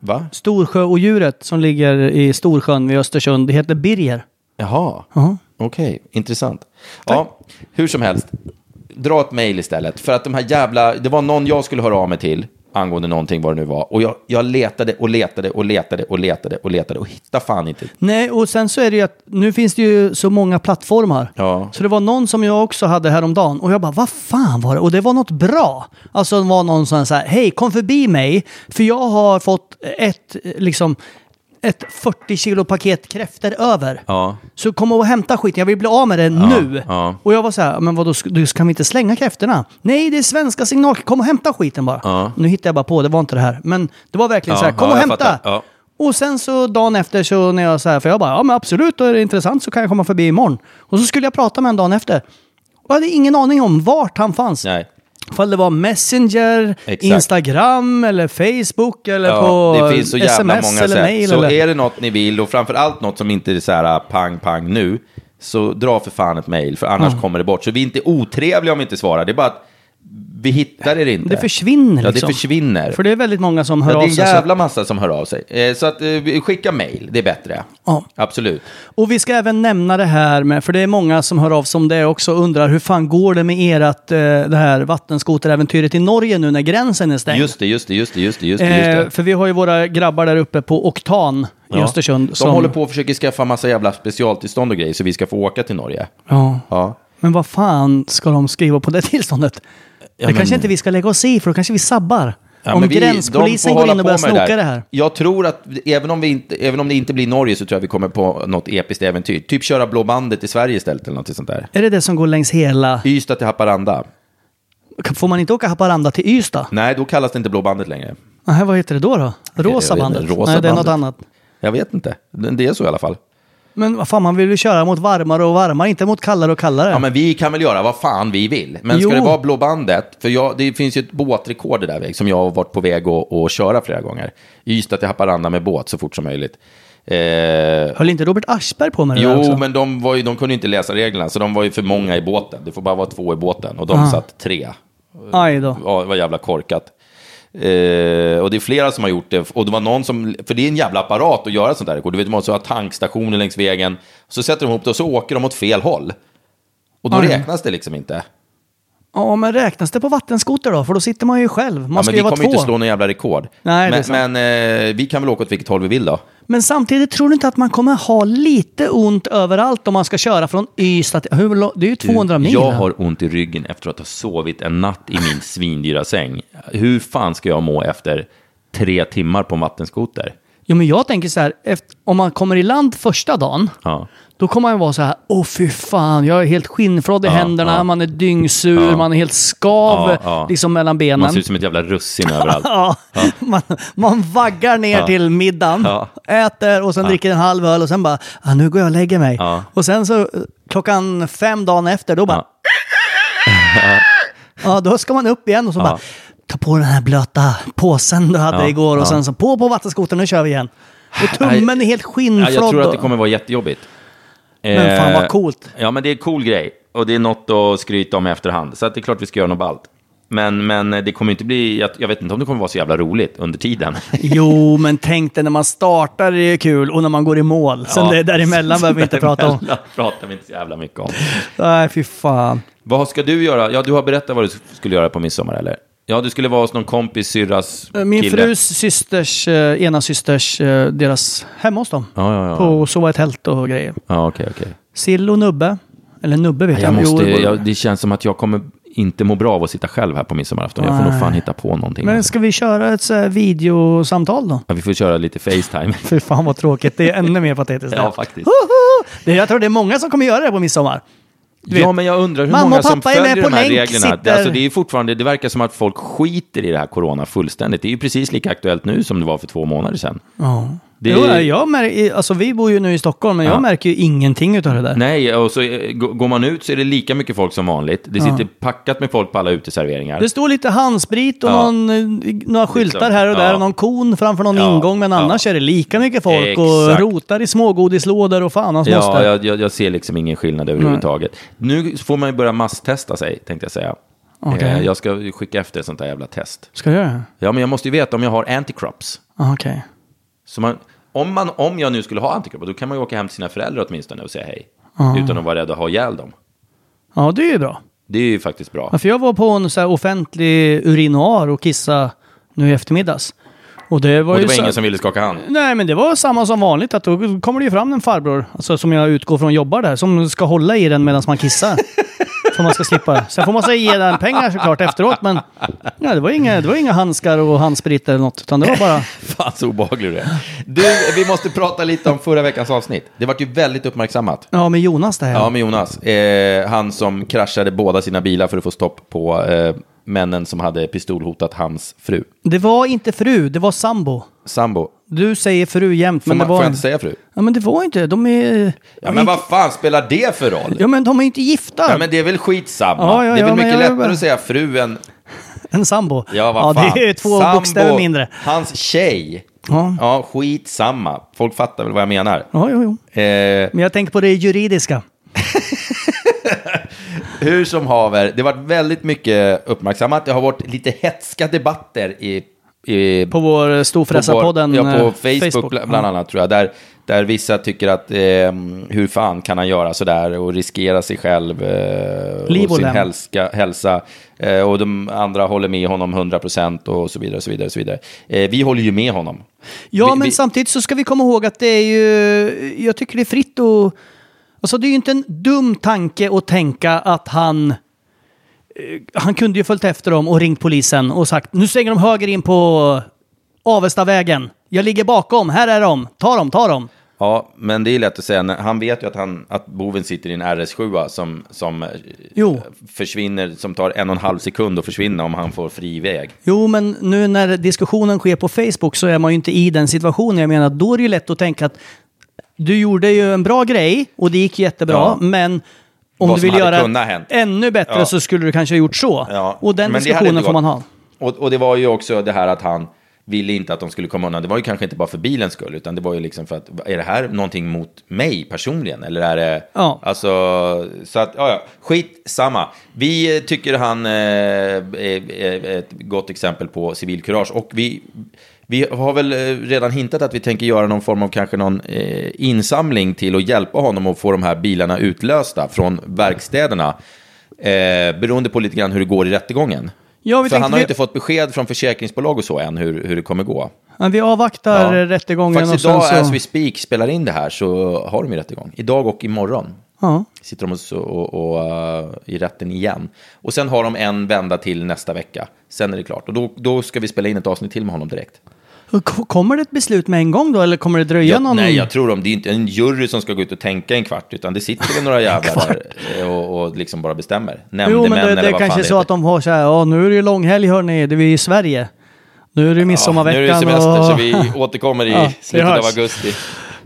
Speaker 4: va?
Speaker 5: Storsjöodjuret som ligger i Storsjön vid Östersund, det heter Birger.
Speaker 4: Jaha,
Speaker 5: Ja.
Speaker 4: okej, intressant. Ja, hur som helst, dra ett mejl istället. För att de här jävla, det var någon jag skulle höra av mig till angående någonting vad det nu var. Och jag, jag letade och letade och letade och letade och letade och hittade fan inte.
Speaker 5: Nej, och sen så är det ju att nu finns det ju så många plattformar.
Speaker 4: Ja.
Speaker 5: Så det var någon som jag också hade häromdagen och jag bara, vad fan var det? Och det var något bra. Alltså det var någon sån så här, hej kom förbi mig för jag har fått ett, eh, liksom, ett 40 kilo paket kräfter över.
Speaker 4: Ja.
Speaker 5: Så kom och hämta skiten, jag vill bli av med det nu.
Speaker 4: ja.
Speaker 5: Och jag var så här, men vadå, sk- du- kan vi inte slänga kräftorna? Nej, det är svenska signaler, kom och hämta skiten bara. Nu hittade jag bara på, det var inte det här. Men det var verkligen
Speaker 4: Ja,
Speaker 5: så här, kom
Speaker 4: ja,
Speaker 5: och
Speaker 4: jag
Speaker 5: hämta!
Speaker 4: fattar. Ja.
Speaker 5: Och sen så dagen efter så när jag så här, för jag bara, ja men absolut, då är det intressant så kan jag komma förbi imorgon. Och så skulle jag prata med honom dagen efter. Och jag hade ingen aning om vart han fanns.
Speaker 4: Nej.
Speaker 5: Ifall det var Messenger,
Speaker 4: Exakt.
Speaker 5: Instagram eller Facebook eller
Speaker 4: Ja,
Speaker 5: på
Speaker 4: det finns så jävla
Speaker 5: sms
Speaker 4: många
Speaker 5: eller
Speaker 4: sätt.
Speaker 5: mail.
Speaker 4: så
Speaker 5: eller...
Speaker 4: är det något ni vill och framför allt något som inte är så här äh, pang, pang nu, så dra för fan ett mejl, för annars kommer det bort. Så vi är inte otrevliga om vi inte svarar, det är bara att vi hittar er inte.
Speaker 5: Det försvinner
Speaker 4: Eh, Ja, det
Speaker 5: liksom.
Speaker 4: försvinner.
Speaker 5: För det är väldigt många som hör
Speaker 4: ja,
Speaker 5: av
Speaker 4: det är en
Speaker 5: sig. så-
Speaker 4: jävla massa som hör av sig. Eh, så att eh, skicka mejl, det är bättre.
Speaker 5: Ja.
Speaker 4: Absolut.
Speaker 5: Och vi ska även nämna det här med, för det är många som hör av sig om det också och undrar hur fan går det med erat eh, det här vattenskoteräventyret i Norge nu när gränsen är stängd?
Speaker 4: Just det, just det, just det, just det. Just det,
Speaker 5: Eh,
Speaker 4: just det.
Speaker 5: för vi har ju våra grabbar där uppe på Oktan i
Speaker 4: Ja.
Speaker 5: Östersund.
Speaker 4: De håller på och försöker skaffa massa jävla specialtillstånd och grejer så vi ska få åka till Norge.
Speaker 5: Ja.
Speaker 4: Ja.
Speaker 5: Men vad fan ska de skriva på det *laughs* tillståndet? det
Speaker 4: men-
Speaker 5: kanske inte vi ska lägga oss i, för då kanske vi sabbar.
Speaker 4: Ja,
Speaker 5: Om
Speaker 4: men vi-
Speaker 5: gränspolisen
Speaker 4: de får
Speaker 5: går
Speaker 4: hålla
Speaker 5: in
Speaker 4: på
Speaker 5: och börjar
Speaker 4: med
Speaker 5: snoka
Speaker 4: där.
Speaker 5: det här.
Speaker 4: Jag tror att även om, vi inte, även om det inte blir Norge så tror jag vi kommer på något episkt äventyr. Typ köra Blå bandet i Sverige istället eller något sånt där.
Speaker 5: Är det det som går längs hela...
Speaker 4: Ystad till Haparanda.
Speaker 5: Får man inte åka Haparanda till Ystad?
Speaker 4: Nej, då kallas det inte Blå bandet längre.
Speaker 5: Nej, vad heter det då? då? Rosa
Speaker 4: Jag vet inte,
Speaker 5: bandet?
Speaker 4: Rosa
Speaker 5: Nej, det är något
Speaker 4: bandet.
Speaker 5: annat.
Speaker 4: Jag vet inte. Det är så i alla fall.
Speaker 5: Men vad fan, man vill ju köra mot varmare och varmare, inte mot kallare och kallare.
Speaker 4: Ja, men vi kan väl göra vad fan vi vill. Men
Speaker 5: Jo.
Speaker 4: ska det vara Blå bandet, för jag, det finns ju ett båtrekord där väg som jag har varit på väg att, att köra flera gånger. Ystad till Haparanda med båt så fort som möjligt. Eh,
Speaker 5: Höll inte Robert Aschberg på med det där också?
Speaker 4: Jo, men de, var ju, de kunde ju inte läsa reglerna, så de var ju för många i båten. Det får bara vara två i båten, och de
Speaker 5: Ah.
Speaker 4: satt tre.
Speaker 5: Aj då.
Speaker 4: Ja, det var jävla korkat. Eh, och det är flera som har gjort det, och det var någon som, för det är en jävla apparat att göra sånt där rekord. Du vet, man måste ha tankstationer längs vägen, så sätter de ihop det och så åker de åt fel håll. Och då
Speaker 5: Aj.
Speaker 4: räknas det liksom inte.
Speaker 5: Ja, men räknas det på vattenskoter då? För då sitter man ju själv. Man
Speaker 4: Ja,
Speaker 5: ska
Speaker 4: men
Speaker 5: ju
Speaker 4: vi
Speaker 5: vara
Speaker 4: kommer
Speaker 5: två.
Speaker 4: ju inte slå någon jävla rekord.
Speaker 5: Nej, det är sant.
Speaker 4: men men eh, vi kan väl åka åt vilket håll vi vill då.
Speaker 5: Men samtidigt, tror du inte att man kommer ha lite ont överallt om man ska köra från Ystad till... Hur, lång- det är ju 200 mil.
Speaker 4: Jag har ont i ryggen efter att ha sovit en natt i min svindyra säng. Hur fan ska jag må efter tre timmar på en vattenskoter?
Speaker 5: Jo, men jag tänker så här, efter, om man kommer i land första dagen,
Speaker 4: Ja.
Speaker 5: då kommer man ju vara så här, åh fy fan, jag är helt skinnflådd i
Speaker 4: Ja,
Speaker 5: händerna,
Speaker 4: ja.
Speaker 5: man är dyngsur,
Speaker 4: Ja.
Speaker 5: man är helt skav
Speaker 4: Ja, ja.
Speaker 5: liksom mellan benen.
Speaker 4: Man ser ut som ett jävla russin överallt.
Speaker 5: *laughs* Ja, man, man vaggar ner till middagen,
Speaker 4: Ja.
Speaker 5: äter och sen dricker en halv öl och sen bara, ah, nu går jag och lägger mig.
Speaker 4: Ja.
Speaker 5: Och sen så eh, klockan fem dagen efter, då bara... *laughs* Ja, då ska man upp igen och så bara, ta på den här blöta påsen du hade
Speaker 4: Ja,
Speaker 5: igår och
Speaker 4: ja.
Speaker 5: sen så på på vattenskotern, nu kör vi igen. Och tummen är helt
Speaker 4: Ja,
Speaker 5: skinnflådd.
Speaker 4: jag tror att
Speaker 5: och-
Speaker 4: det kommer vara jättejobbigt.
Speaker 5: Men fan, vad
Speaker 4: Eh,
Speaker 5: coolt.
Speaker 4: Ja, men det är en cool grej. Och det är något att skryta om i efterhand. Så att det är klart vi ska göra något ballt. Men, men det kommer inte bli, jag, jag vet inte om det kommer vara så jävla roligt under
Speaker 5: *laughs*
Speaker 4: tiden.
Speaker 5: Jo, men tänk dig när man startar är det kul och när man går i mål. Sen
Speaker 4: Ja.
Speaker 5: det däremellan behöver vi inte prata om.
Speaker 4: *laughs* Däremellan pratar vi inte så jävla mycket om.
Speaker 5: Nej, fy fan.
Speaker 4: Vad ska du göra? Ja, du har berättat vad du skulle göra på midsommar, eller? Ja, du skulle vara hos någon kompis, syrras
Speaker 5: Äh, Min
Speaker 4: kille.
Speaker 5: frus systers, eh, ena systers, eh, deras, hemma hos dem.
Speaker 4: Ja, ja, ja.
Speaker 5: På och sova i tält och grejer.
Speaker 4: Ja, okej, okej.
Speaker 5: Sill och nubbe. Eller nubbe vet
Speaker 4: Jag
Speaker 5: jag.
Speaker 4: måste,
Speaker 5: Jo,
Speaker 4: jag, det känns som att jag kommer inte må bra av att sitta själv här på midsommarafton. Jag får nog fan hitta på någonting.
Speaker 5: Men
Speaker 4: alltså.
Speaker 5: ska vi köra ett så här videosamtal då?
Speaker 4: ja, vi får köra lite Facetime.
Speaker 5: Fy fan vad tråkigt. Det är ännu mer
Speaker 4: *laughs*
Speaker 5: patetiskt.
Speaker 4: ja, faktiskt.
Speaker 5: Det, jag tror det är många som kommer göra det på midsommar. *laughs* Du vet.
Speaker 4: Ja, men jag undrar hur
Speaker 5: Mamma och
Speaker 4: många som
Speaker 5: pappa är med
Speaker 4: följer
Speaker 5: på
Speaker 4: de här
Speaker 5: länk,
Speaker 4: reglerna.
Speaker 5: sitter-
Speaker 4: Alltså, det, är ju fortfarande, det verkar som att folk skiter i det här corona fullständigt. Det är ju precis lika aktuellt nu som det var för två månader sedan.
Speaker 5: Ja.
Speaker 4: Det
Speaker 5: Jo,
Speaker 4: är-
Speaker 5: jag mär, alltså, vi bor ju nu i Stockholm, men
Speaker 4: Ja.
Speaker 5: jag märker ju ingenting utav det där.
Speaker 4: Nej, och så eh, g- går man ut så är det lika mycket folk som vanligt. Det sitter packat med folk på alla uteserveringar.
Speaker 5: Det står lite handsprit och
Speaker 4: Ja.
Speaker 5: någon, eh, några skyltar här och där
Speaker 4: ja.
Speaker 5: och någon kon framför någon
Speaker 4: Ja,
Speaker 5: ingång. Men
Speaker 4: ja.
Speaker 5: annars är det lika mycket folk och
Speaker 4: Exakt.
Speaker 5: rotar i smågodislådor och fan hans
Speaker 4: Ja,
Speaker 5: moster.
Speaker 4: jag, jag, jag ser liksom ingen skillnad överhuvudtaget. Nu får man ju börja masstesta sig, tänkte jag säga.
Speaker 5: Okej.
Speaker 4: Eh, Jag ska ju skicka efter ett sånt där jävla test.
Speaker 5: Ska jag göra det?
Speaker 4: Ja, men jag måste ju veta om jag har anticrops.
Speaker 5: Ah, Okej.
Speaker 4: Så man, om, man, om jag nu skulle ha antikroppar, då kan man ju åka hem till sina föräldrar åtminstone och säga hej. Utan att vara rädd att ha ihjäl dem.
Speaker 5: Ja, det är ju bra.
Speaker 4: Det är ju faktiskt bra.
Speaker 5: Ja, För jag var på en så här offentlig urinoar och kissa nu i eftermiddags. Och det var
Speaker 4: Och
Speaker 5: ju
Speaker 4: det var
Speaker 5: så-
Speaker 4: ingen som ville skaka hand. *laughs*
Speaker 5: Nej, men det var samma som vanligt. Att då kommer det ju fram en farbror, alltså, som jag utgår från jobbar där, som ska hålla i den medan man *laughs* kissar. För man ska slippa. Sen får man säga ge den pengar såklart efteråt, men nej, det, var inga, det var inga handskar och handsprit eller något, utan det var bara...
Speaker 4: Fan så obehaglig du är. Du, vi måste prata lite om förra veckans avsnitt. Det vart ju väldigt uppmärksammat.
Speaker 5: *laughs* Ja, med Jonas det här.
Speaker 4: Ja, men Jonas. Eh, han som kraschade båda sina bilar för att få stopp på eh, männen som hade pistolhotat hans fru.
Speaker 5: Det var inte fru, det var sambo.
Speaker 4: Sambo.
Speaker 5: Du säger fru jämt,
Speaker 4: Får,
Speaker 5: men
Speaker 4: man,
Speaker 5: det
Speaker 4: får
Speaker 5: var...
Speaker 4: jag inte säga fru?
Speaker 5: Ja, men det var inte. De är...
Speaker 4: Ja, men vad fan spelar det för roll?
Speaker 5: Ja, men de är inte gifta.
Speaker 4: Ja, men det är väl skitsamma.
Speaker 5: Ja, ja,
Speaker 4: det är
Speaker 5: ja,
Speaker 4: väl
Speaker 5: men
Speaker 4: mycket
Speaker 5: jag-
Speaker 4: lättare att säga fru än
Speaker 5: En sambo.
Speaker 4: Ja, vad fan.
Speaker 5: det är två
Speaker 4: Sambo,
Speaker 5: bokstäver mindre.
Speaker 4: Hans tjej.
Speaker 5: Ja.
Speaker 4: Ja, skitsamma. Folk fattar väl vad jag menar.
Speaker 5: Ja, jo, jo.
Speaker 4: Eh,
Speaker 5: Men jag tänker på det juridiska.
Speaker 4: hur som haver, det har varit väldigt mycket uppmärksammat. Det har varit lite hetska debatter i, i
Speaker 5: På vår eh, storfräsarpodden.
Speaker 4: Ja,
Speaker 5: eh,
Speaker 4: på Facebook, bla- bland annat tror jag. Där, där vissa tycker att eh, hur fan kan han göra sådär och riskera sig själv eh,
Speaker 5: Liv och
Speaker 4: sin
Speaker 5: lem.
Speaker 4: hälska, hälsa. Eh, och de andra håller med honom 100% och så vidare. Så vidare, så vidare. Eh, vi håller ju med honom.
Speaker 5: Ja,
Speaker 4: Vi-
Speaker 5: men
Speaker 4: vi-
Speaker 5: samtidigt så ska vi komma ihåg att det är ju... Jag tycker det är fritt och... Alltså det är ju inte en dum tanke att tänka att han... eh, Han kunde ju följt efter dem och ringt polisen och sagt nu svänger de höger in på Avestavägen. Jag ligger bakom, här är de, ta dem, ta dem.
Speaker 4: Ja, men det är lätt att säga. när- Han vet ju att, han, att boven sitter i en RS7 som, som eh,
Speaker 5: Jo.
Speaker 4: försvinner, som tar en och en halv sekund att försvinna om han får fri väg.
Speaker 5: Jo, men nu när diskussionen sker på Facebook så är man ju inte i den situationen. Jag menar, då är det ju lätt att tänka att du gjorde ju en bra grej och det gick jättebra,
Speaker 4: Ja.
Speaker 5: men om
Speaker 4: Vad
Speaker 5: du
Speaker 4: som
Speaker 5: vill
Speaker 4: hade kunnat
Speaker 5: göra
Speaker 4: hänt.
Speaker 5: ännu bättre
Speaker 4: Ja.
Speaker 5: så skulle du kanske ha gjort så.
Speaker 4: Ja,
Speaker 5: Och den
Speaker 4: men det hade
Speaker 5: diskussionen
Speaker 4: inte
Speaker 5: får man ha.
Speaker 4: gått. Och, och det var ju också det här att han ville inte att de skulle komma undan. Det var ju kanske inte bara för bilens skull, utan det var ju liksom för att är det här någonting mot mig personligen? Eller är det...
Speaker 5: Ja.
Speaker 4: Alltså, så att, ja, ja, skit samma. Vi eh, tycker han eh, är, är ett gott exempel på civilkurage. Och vi, vi har väl eh, redan hintat att vi tänker göra någon form av kanske någon eh, insamling till att hjälpa honom att få de här bilarna utlösta från verkstäderna. Eh, beroende på lite grann hur det går i rättegången.
Speaker 5: Ja, vi
Speaker 4: För
Speaker 5: tänkte
Speaker 4: han har
Speaker 5: vi-
Speaker 4: ju inte fått besked från försäkringsbolag och så än hur, hur det kommer gå.
Speaker 5: Men vi avvaktar
Speaker 4: Ja.
Speaker 5: rättegången
Speaker 4: Faktiskt
Speaker 5: och sen
Speaker 4: idag,
Speaker 5: så...
Speaker 4: as we speak, spelar in det här så har de ju rättegång. Idag och imorgon
Speaker 5: Ja.
Speaker 4: sitter de och, så- och, och, eh, i rätten igen. Och sen har de en vända till nästa vecka. Sen är det klart. Och då, då ska vi spela in ett avsnitt till med honom direkt.
Speaker 5: K- Kommer det ett beslut med en gång då, eller kommer det dröja
Speaker 4: Jag-
Speaker 5: någon...
Speaker 4: Nej, jag tror de, det är inte en jury som ska gå ut och tänka en kvart, utan det sitter
Speaker 5: *laughs*
Speaker 4: väl några jävlar där, eh, och, och liksom bara bestämmer.
Speaker 5: Jo,
Speaker 4: Nämndemän
Speaker 5: men det,
Speaker 4: eller
Speaker 5: det är
Speaker 4: vad
Speaker 5: kanske
Speaker 4: fan
Speaker 5: är
Speaker 4: det
Speaker 5: så
Speaker 4: heter.
Speaker 5: att de har så här, ja nu är det ju långhelg hörni, det är vi i Sverige. Nu är det ju midsommarveckan
Speaker 4: nu är det semester
Speaker 5: och...
Speaker 4: så
Speaker 5: *laughs*
Speaker 4: vi återkommer i
Speaker 5: Ja, det
Speaker 4: slutet av
Speaker 5: hörs.
Speaker 4: augusti.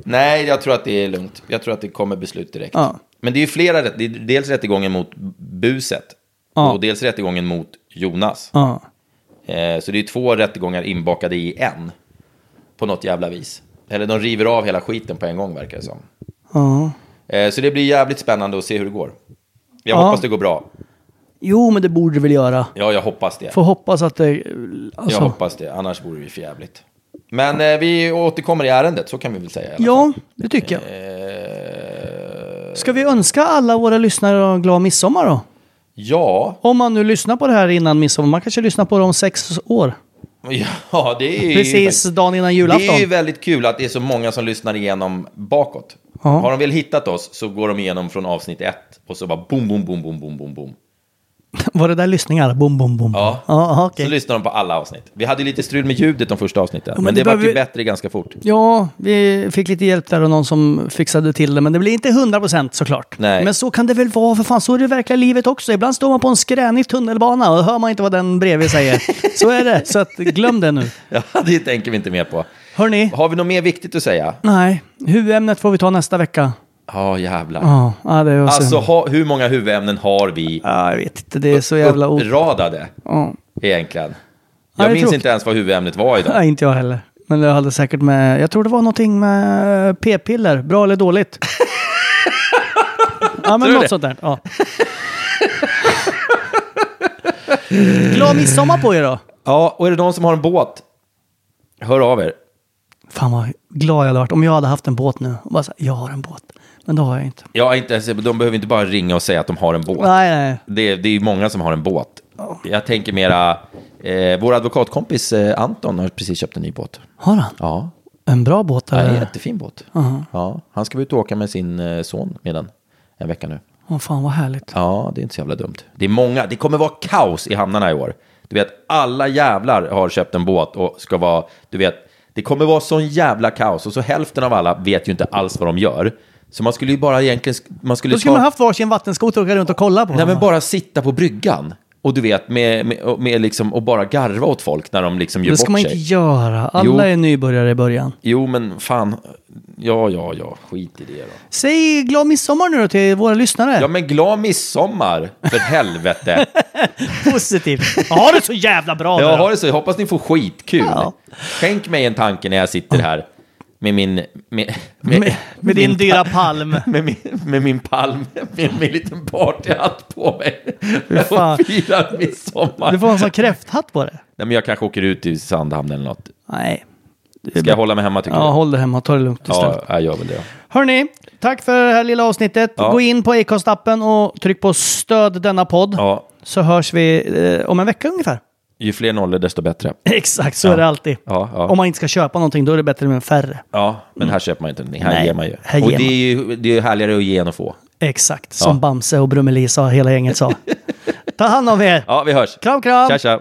Speaker 4: Nej, jag tror att det är lugnt. Jag tror att det kommer beslut direkt.
Speaker 5: Ja.
Speaker 4: Men det är ju flera, rätt- det är dels rättegången mot buset
Speaker 5: Ja.
Speaker 4: och dels rättegången mot Jonas.
Speaker 5: Ja.
Speaker 4: Eh, så det är två rättegångar inbakade i en på något jävla vis. Eller de river av hela skiten på en gång verkar det som.
Speaker 5: Ja.
Speaker 4: Eh, så det blir jävligt spännande att se hur det går. Jag
Speaker 5: Ja.
Speaker 4: hoppas det går bra.
Speaker 5: Jo, men det borde det väl göra.
Speaker 4: Ja, jag hoppas det.
Speaker 5: Får hoppas att det... Alltså,
Speaker 4: Jag hoppas det, annars vore det för jävligt. Men eh, vi återkommer i ärendet, så kan vi väl säga. i alla
Speaker 5: ja, det tycker jag.
Speaker 4: Eh,
Speaker 5: Ska vi önska alla våra lyssnare en glad midsommar då?
Speaker 4: ja. *laughs*
Speaker 5: Om man nu lyssnar på det här innan midsommar, man kanske lyssnar på det om sex år. *laughs*
Speaker 4: ja, det är ju...
Speaker 5: Precis dagen innan julafton.
Speaker 4: Det är ju väldigt kul att det är så många som lyssnar igenom bakåt.
Speaker 5: Ja.
Speaker 4: Har de väl hittat oss så går de igenom från avsnitt ett och så bara boom, boom, boom, boom, boom, boom, boom.
Speaker 5: Var det där lyssningar? Bom, bom, bom.
Speaker 4: Ja.
Speaker 5: ja okej.
Speaker 4: Så lyssnar de på alla avsnitt. Vi hade ju lite strul med ljudet de första avsnitten, men,
Speaker 5: men
Speaker 4: det,
Speaker 5: det
Speaker 4: vart ju
Speaker 5: behöver-
Speaker 4: bättre ganska fort. *laughs*
Speaker 5: Ja, vi fick lite hjälp där och någon som fixade till det, men det blir inte 100% såklart.
Speaker 4: Nej.
Speaker 5: Men så kan det väl vara, för fan så är det i verkliga livet också. Ibland står man på en skränig tunnelbana och hör man inte vad den
Speaker 4: *laughs*
Speaker 5: bredvid säger. så är det, så att glöm det nu.
Speaker 4: Ja, det tänker vi inte mer på.
Speaker 5: Hörni,
Speaker 4: Har vi något mer viktigt att säga?
Speaker 5: nej, huvudämnet får vi ta nästa vecka.
Speaker 4: Ja, jävlar.
Speaker 5: Ja, ja, det var synd.
Speaker 4: Alltså, ha, hur många huvudämnen har vi
Speaker 5: Ja, jag vet inte, det är så jävla... O...
Speaker 4: uppradade
Speaker 5: Ja.
Speaker 4: egentligen?
Speaker 5: Ja,
Speaker 4: Jag
Speaker 5: det är
Speaker 4: minns
Speaker 5: tråkigt.
Speaker 4: inte ens vad huvudämnet var idag.
Speaker 5: Nej, inte jag heller. Men det hade säkert med... Jag tror det var någonting med eh, p-piller. Bra
Speaker 4: *laughs*
Speaker 5: eller dåligt? ja, men
Speaker 4: du
Speaker 5: något
Speaker 4: det?
Speaker 5: sånt där. Ja. *laughs* Glad midsommar på er då!
Speaker 4: Ja, och är det någon som har en båt, hör av er.
Speaker 5: Fan vad glad jag hade varit om jag hade haft en båt nu. Och bara så här, jag har en båt. Men det har jag inte.
Speaker 4: Ja, inte, ens- de behöver inte bara ringa och säga att de har en båt.
Speaker 5: Nej, nej.
Speaker 4: Det, är- det är ju många som har en båt. Jag tänker mera, eh, vår advokatkompis eh, Anton har precis köpt en ny båt.
Speaker 5: Har han?
Speaker 4: Ja,
Speaker 5: En bra båt?
Speaker 4: det är en
Speaker 5: Eller?
Speaker 4: jättefin båt. Ja, han ska ut och åka med sin eh, son med den en vecka nu.
Speaker 5: Åh fan vad härligt.
Speaker 4: Ja, det är inte så jävla dumt. Det är många, det kommer vara kaos i hamnarna i år. Du vet, alla jävlar har köpt en båt och ska vara, du vet, det kommer vara sån jävla kaos och så hälften av alla vet ju inte alls vad de gör. Så man skulle ju bara egentligen, man skulle
Speaker 5: Då skulle man haft varsin vattenskoter och åka runt och kolla på.
Speaker 4: nej men bara sitta på bryggan Och du vet, med, med, med liksom, och bara garva åt folk när de liksom gör
Speaker 5: Det ska
Speaker 4: bort
Speaker 5: man
Speaker 4: sig.
Speaker 5: inte göra. Alla
Speaker 4: Jo.
Speaker 5: är nybörjare i början.
Speaker 4: Jo, men fan. Ja, ja, ja. Skit i det då.
Speaker 5: Äh. Säg glad midsommar nu då till våra lyssnare.
Speaker 4: Ja, men glad midsommar! För helvete. *laughs*
Speaker 5: Positivt. Ha det så jävla bra
Speaker 4: Jag
Speaker 5: nu
Speaker 4: har
Speaker 5: då.
Speaker 4: det så. Jag hoppas ni får skitkul.
Speaker 5: Ja.
Speaker 4: Skänk mig en tanke när jag sitter här med min... Med, med,
Speaker 5: Med, med din dyra
Speaker 4: *laughs*
Speaker 5: palm.
Speaker 4: Med min, med min palm, med min liten partyhatt på mig. Jag
Speaker 5: fan.
Speaker 4: får fira midsommar.
Speaker 5: Du får en sån kräfthatt på det.
Speaker 4: Nej, men jag kanske åker ut i Sandhamn eller något.
Speaker 5: Nej.
Speaker 4: Ska jag hålla mig hemma tycker
Speaker 5: Ja,
Speaker 4: du?
Speaker 5: håll det hemma. Ta det lugnt istället.
Speaker 4: Ja, jag gör väl det.
Speaker 5: Hörni, tack för det här lilla avsnittet.
Speaker 4: Ja.
Speaker 5: Gå in på Acast-appen och tryck på stöd denna podd.
Speaker 4: Ja,
Speaker 5: Så hörs vi eh, om en
Speaker 4: *laughs*
Speaker 5: vecka ungefär.
Speaker 4: ju fler nollor desto bättre.
Speaker 5: Exakt, så är det alltid.
Speaker 4: Ja, ja.
Speaker 5: Om man inte ska köpa någonting, då är det bättre med färre.
Speaker 4: Ja, men här köper man inte någonting. Här
Speaker 5: Nej,
Speaker 4: ger man ju.
Speaker 5: här
Speaker 4: och
Speaker 5: ger
Speaker 4: det
Speaker 5: man.
Speaker 4: är ju det är ju härligare att ge än att få.
Speaker 5: Exakt, som Bamse och Brummelie sa, hela gänget sa. Ta hand om er!
Speaker 4: Ja, vi hörs.
Speaker 5: Kram, kram!
Speaker 4: Tja, tja.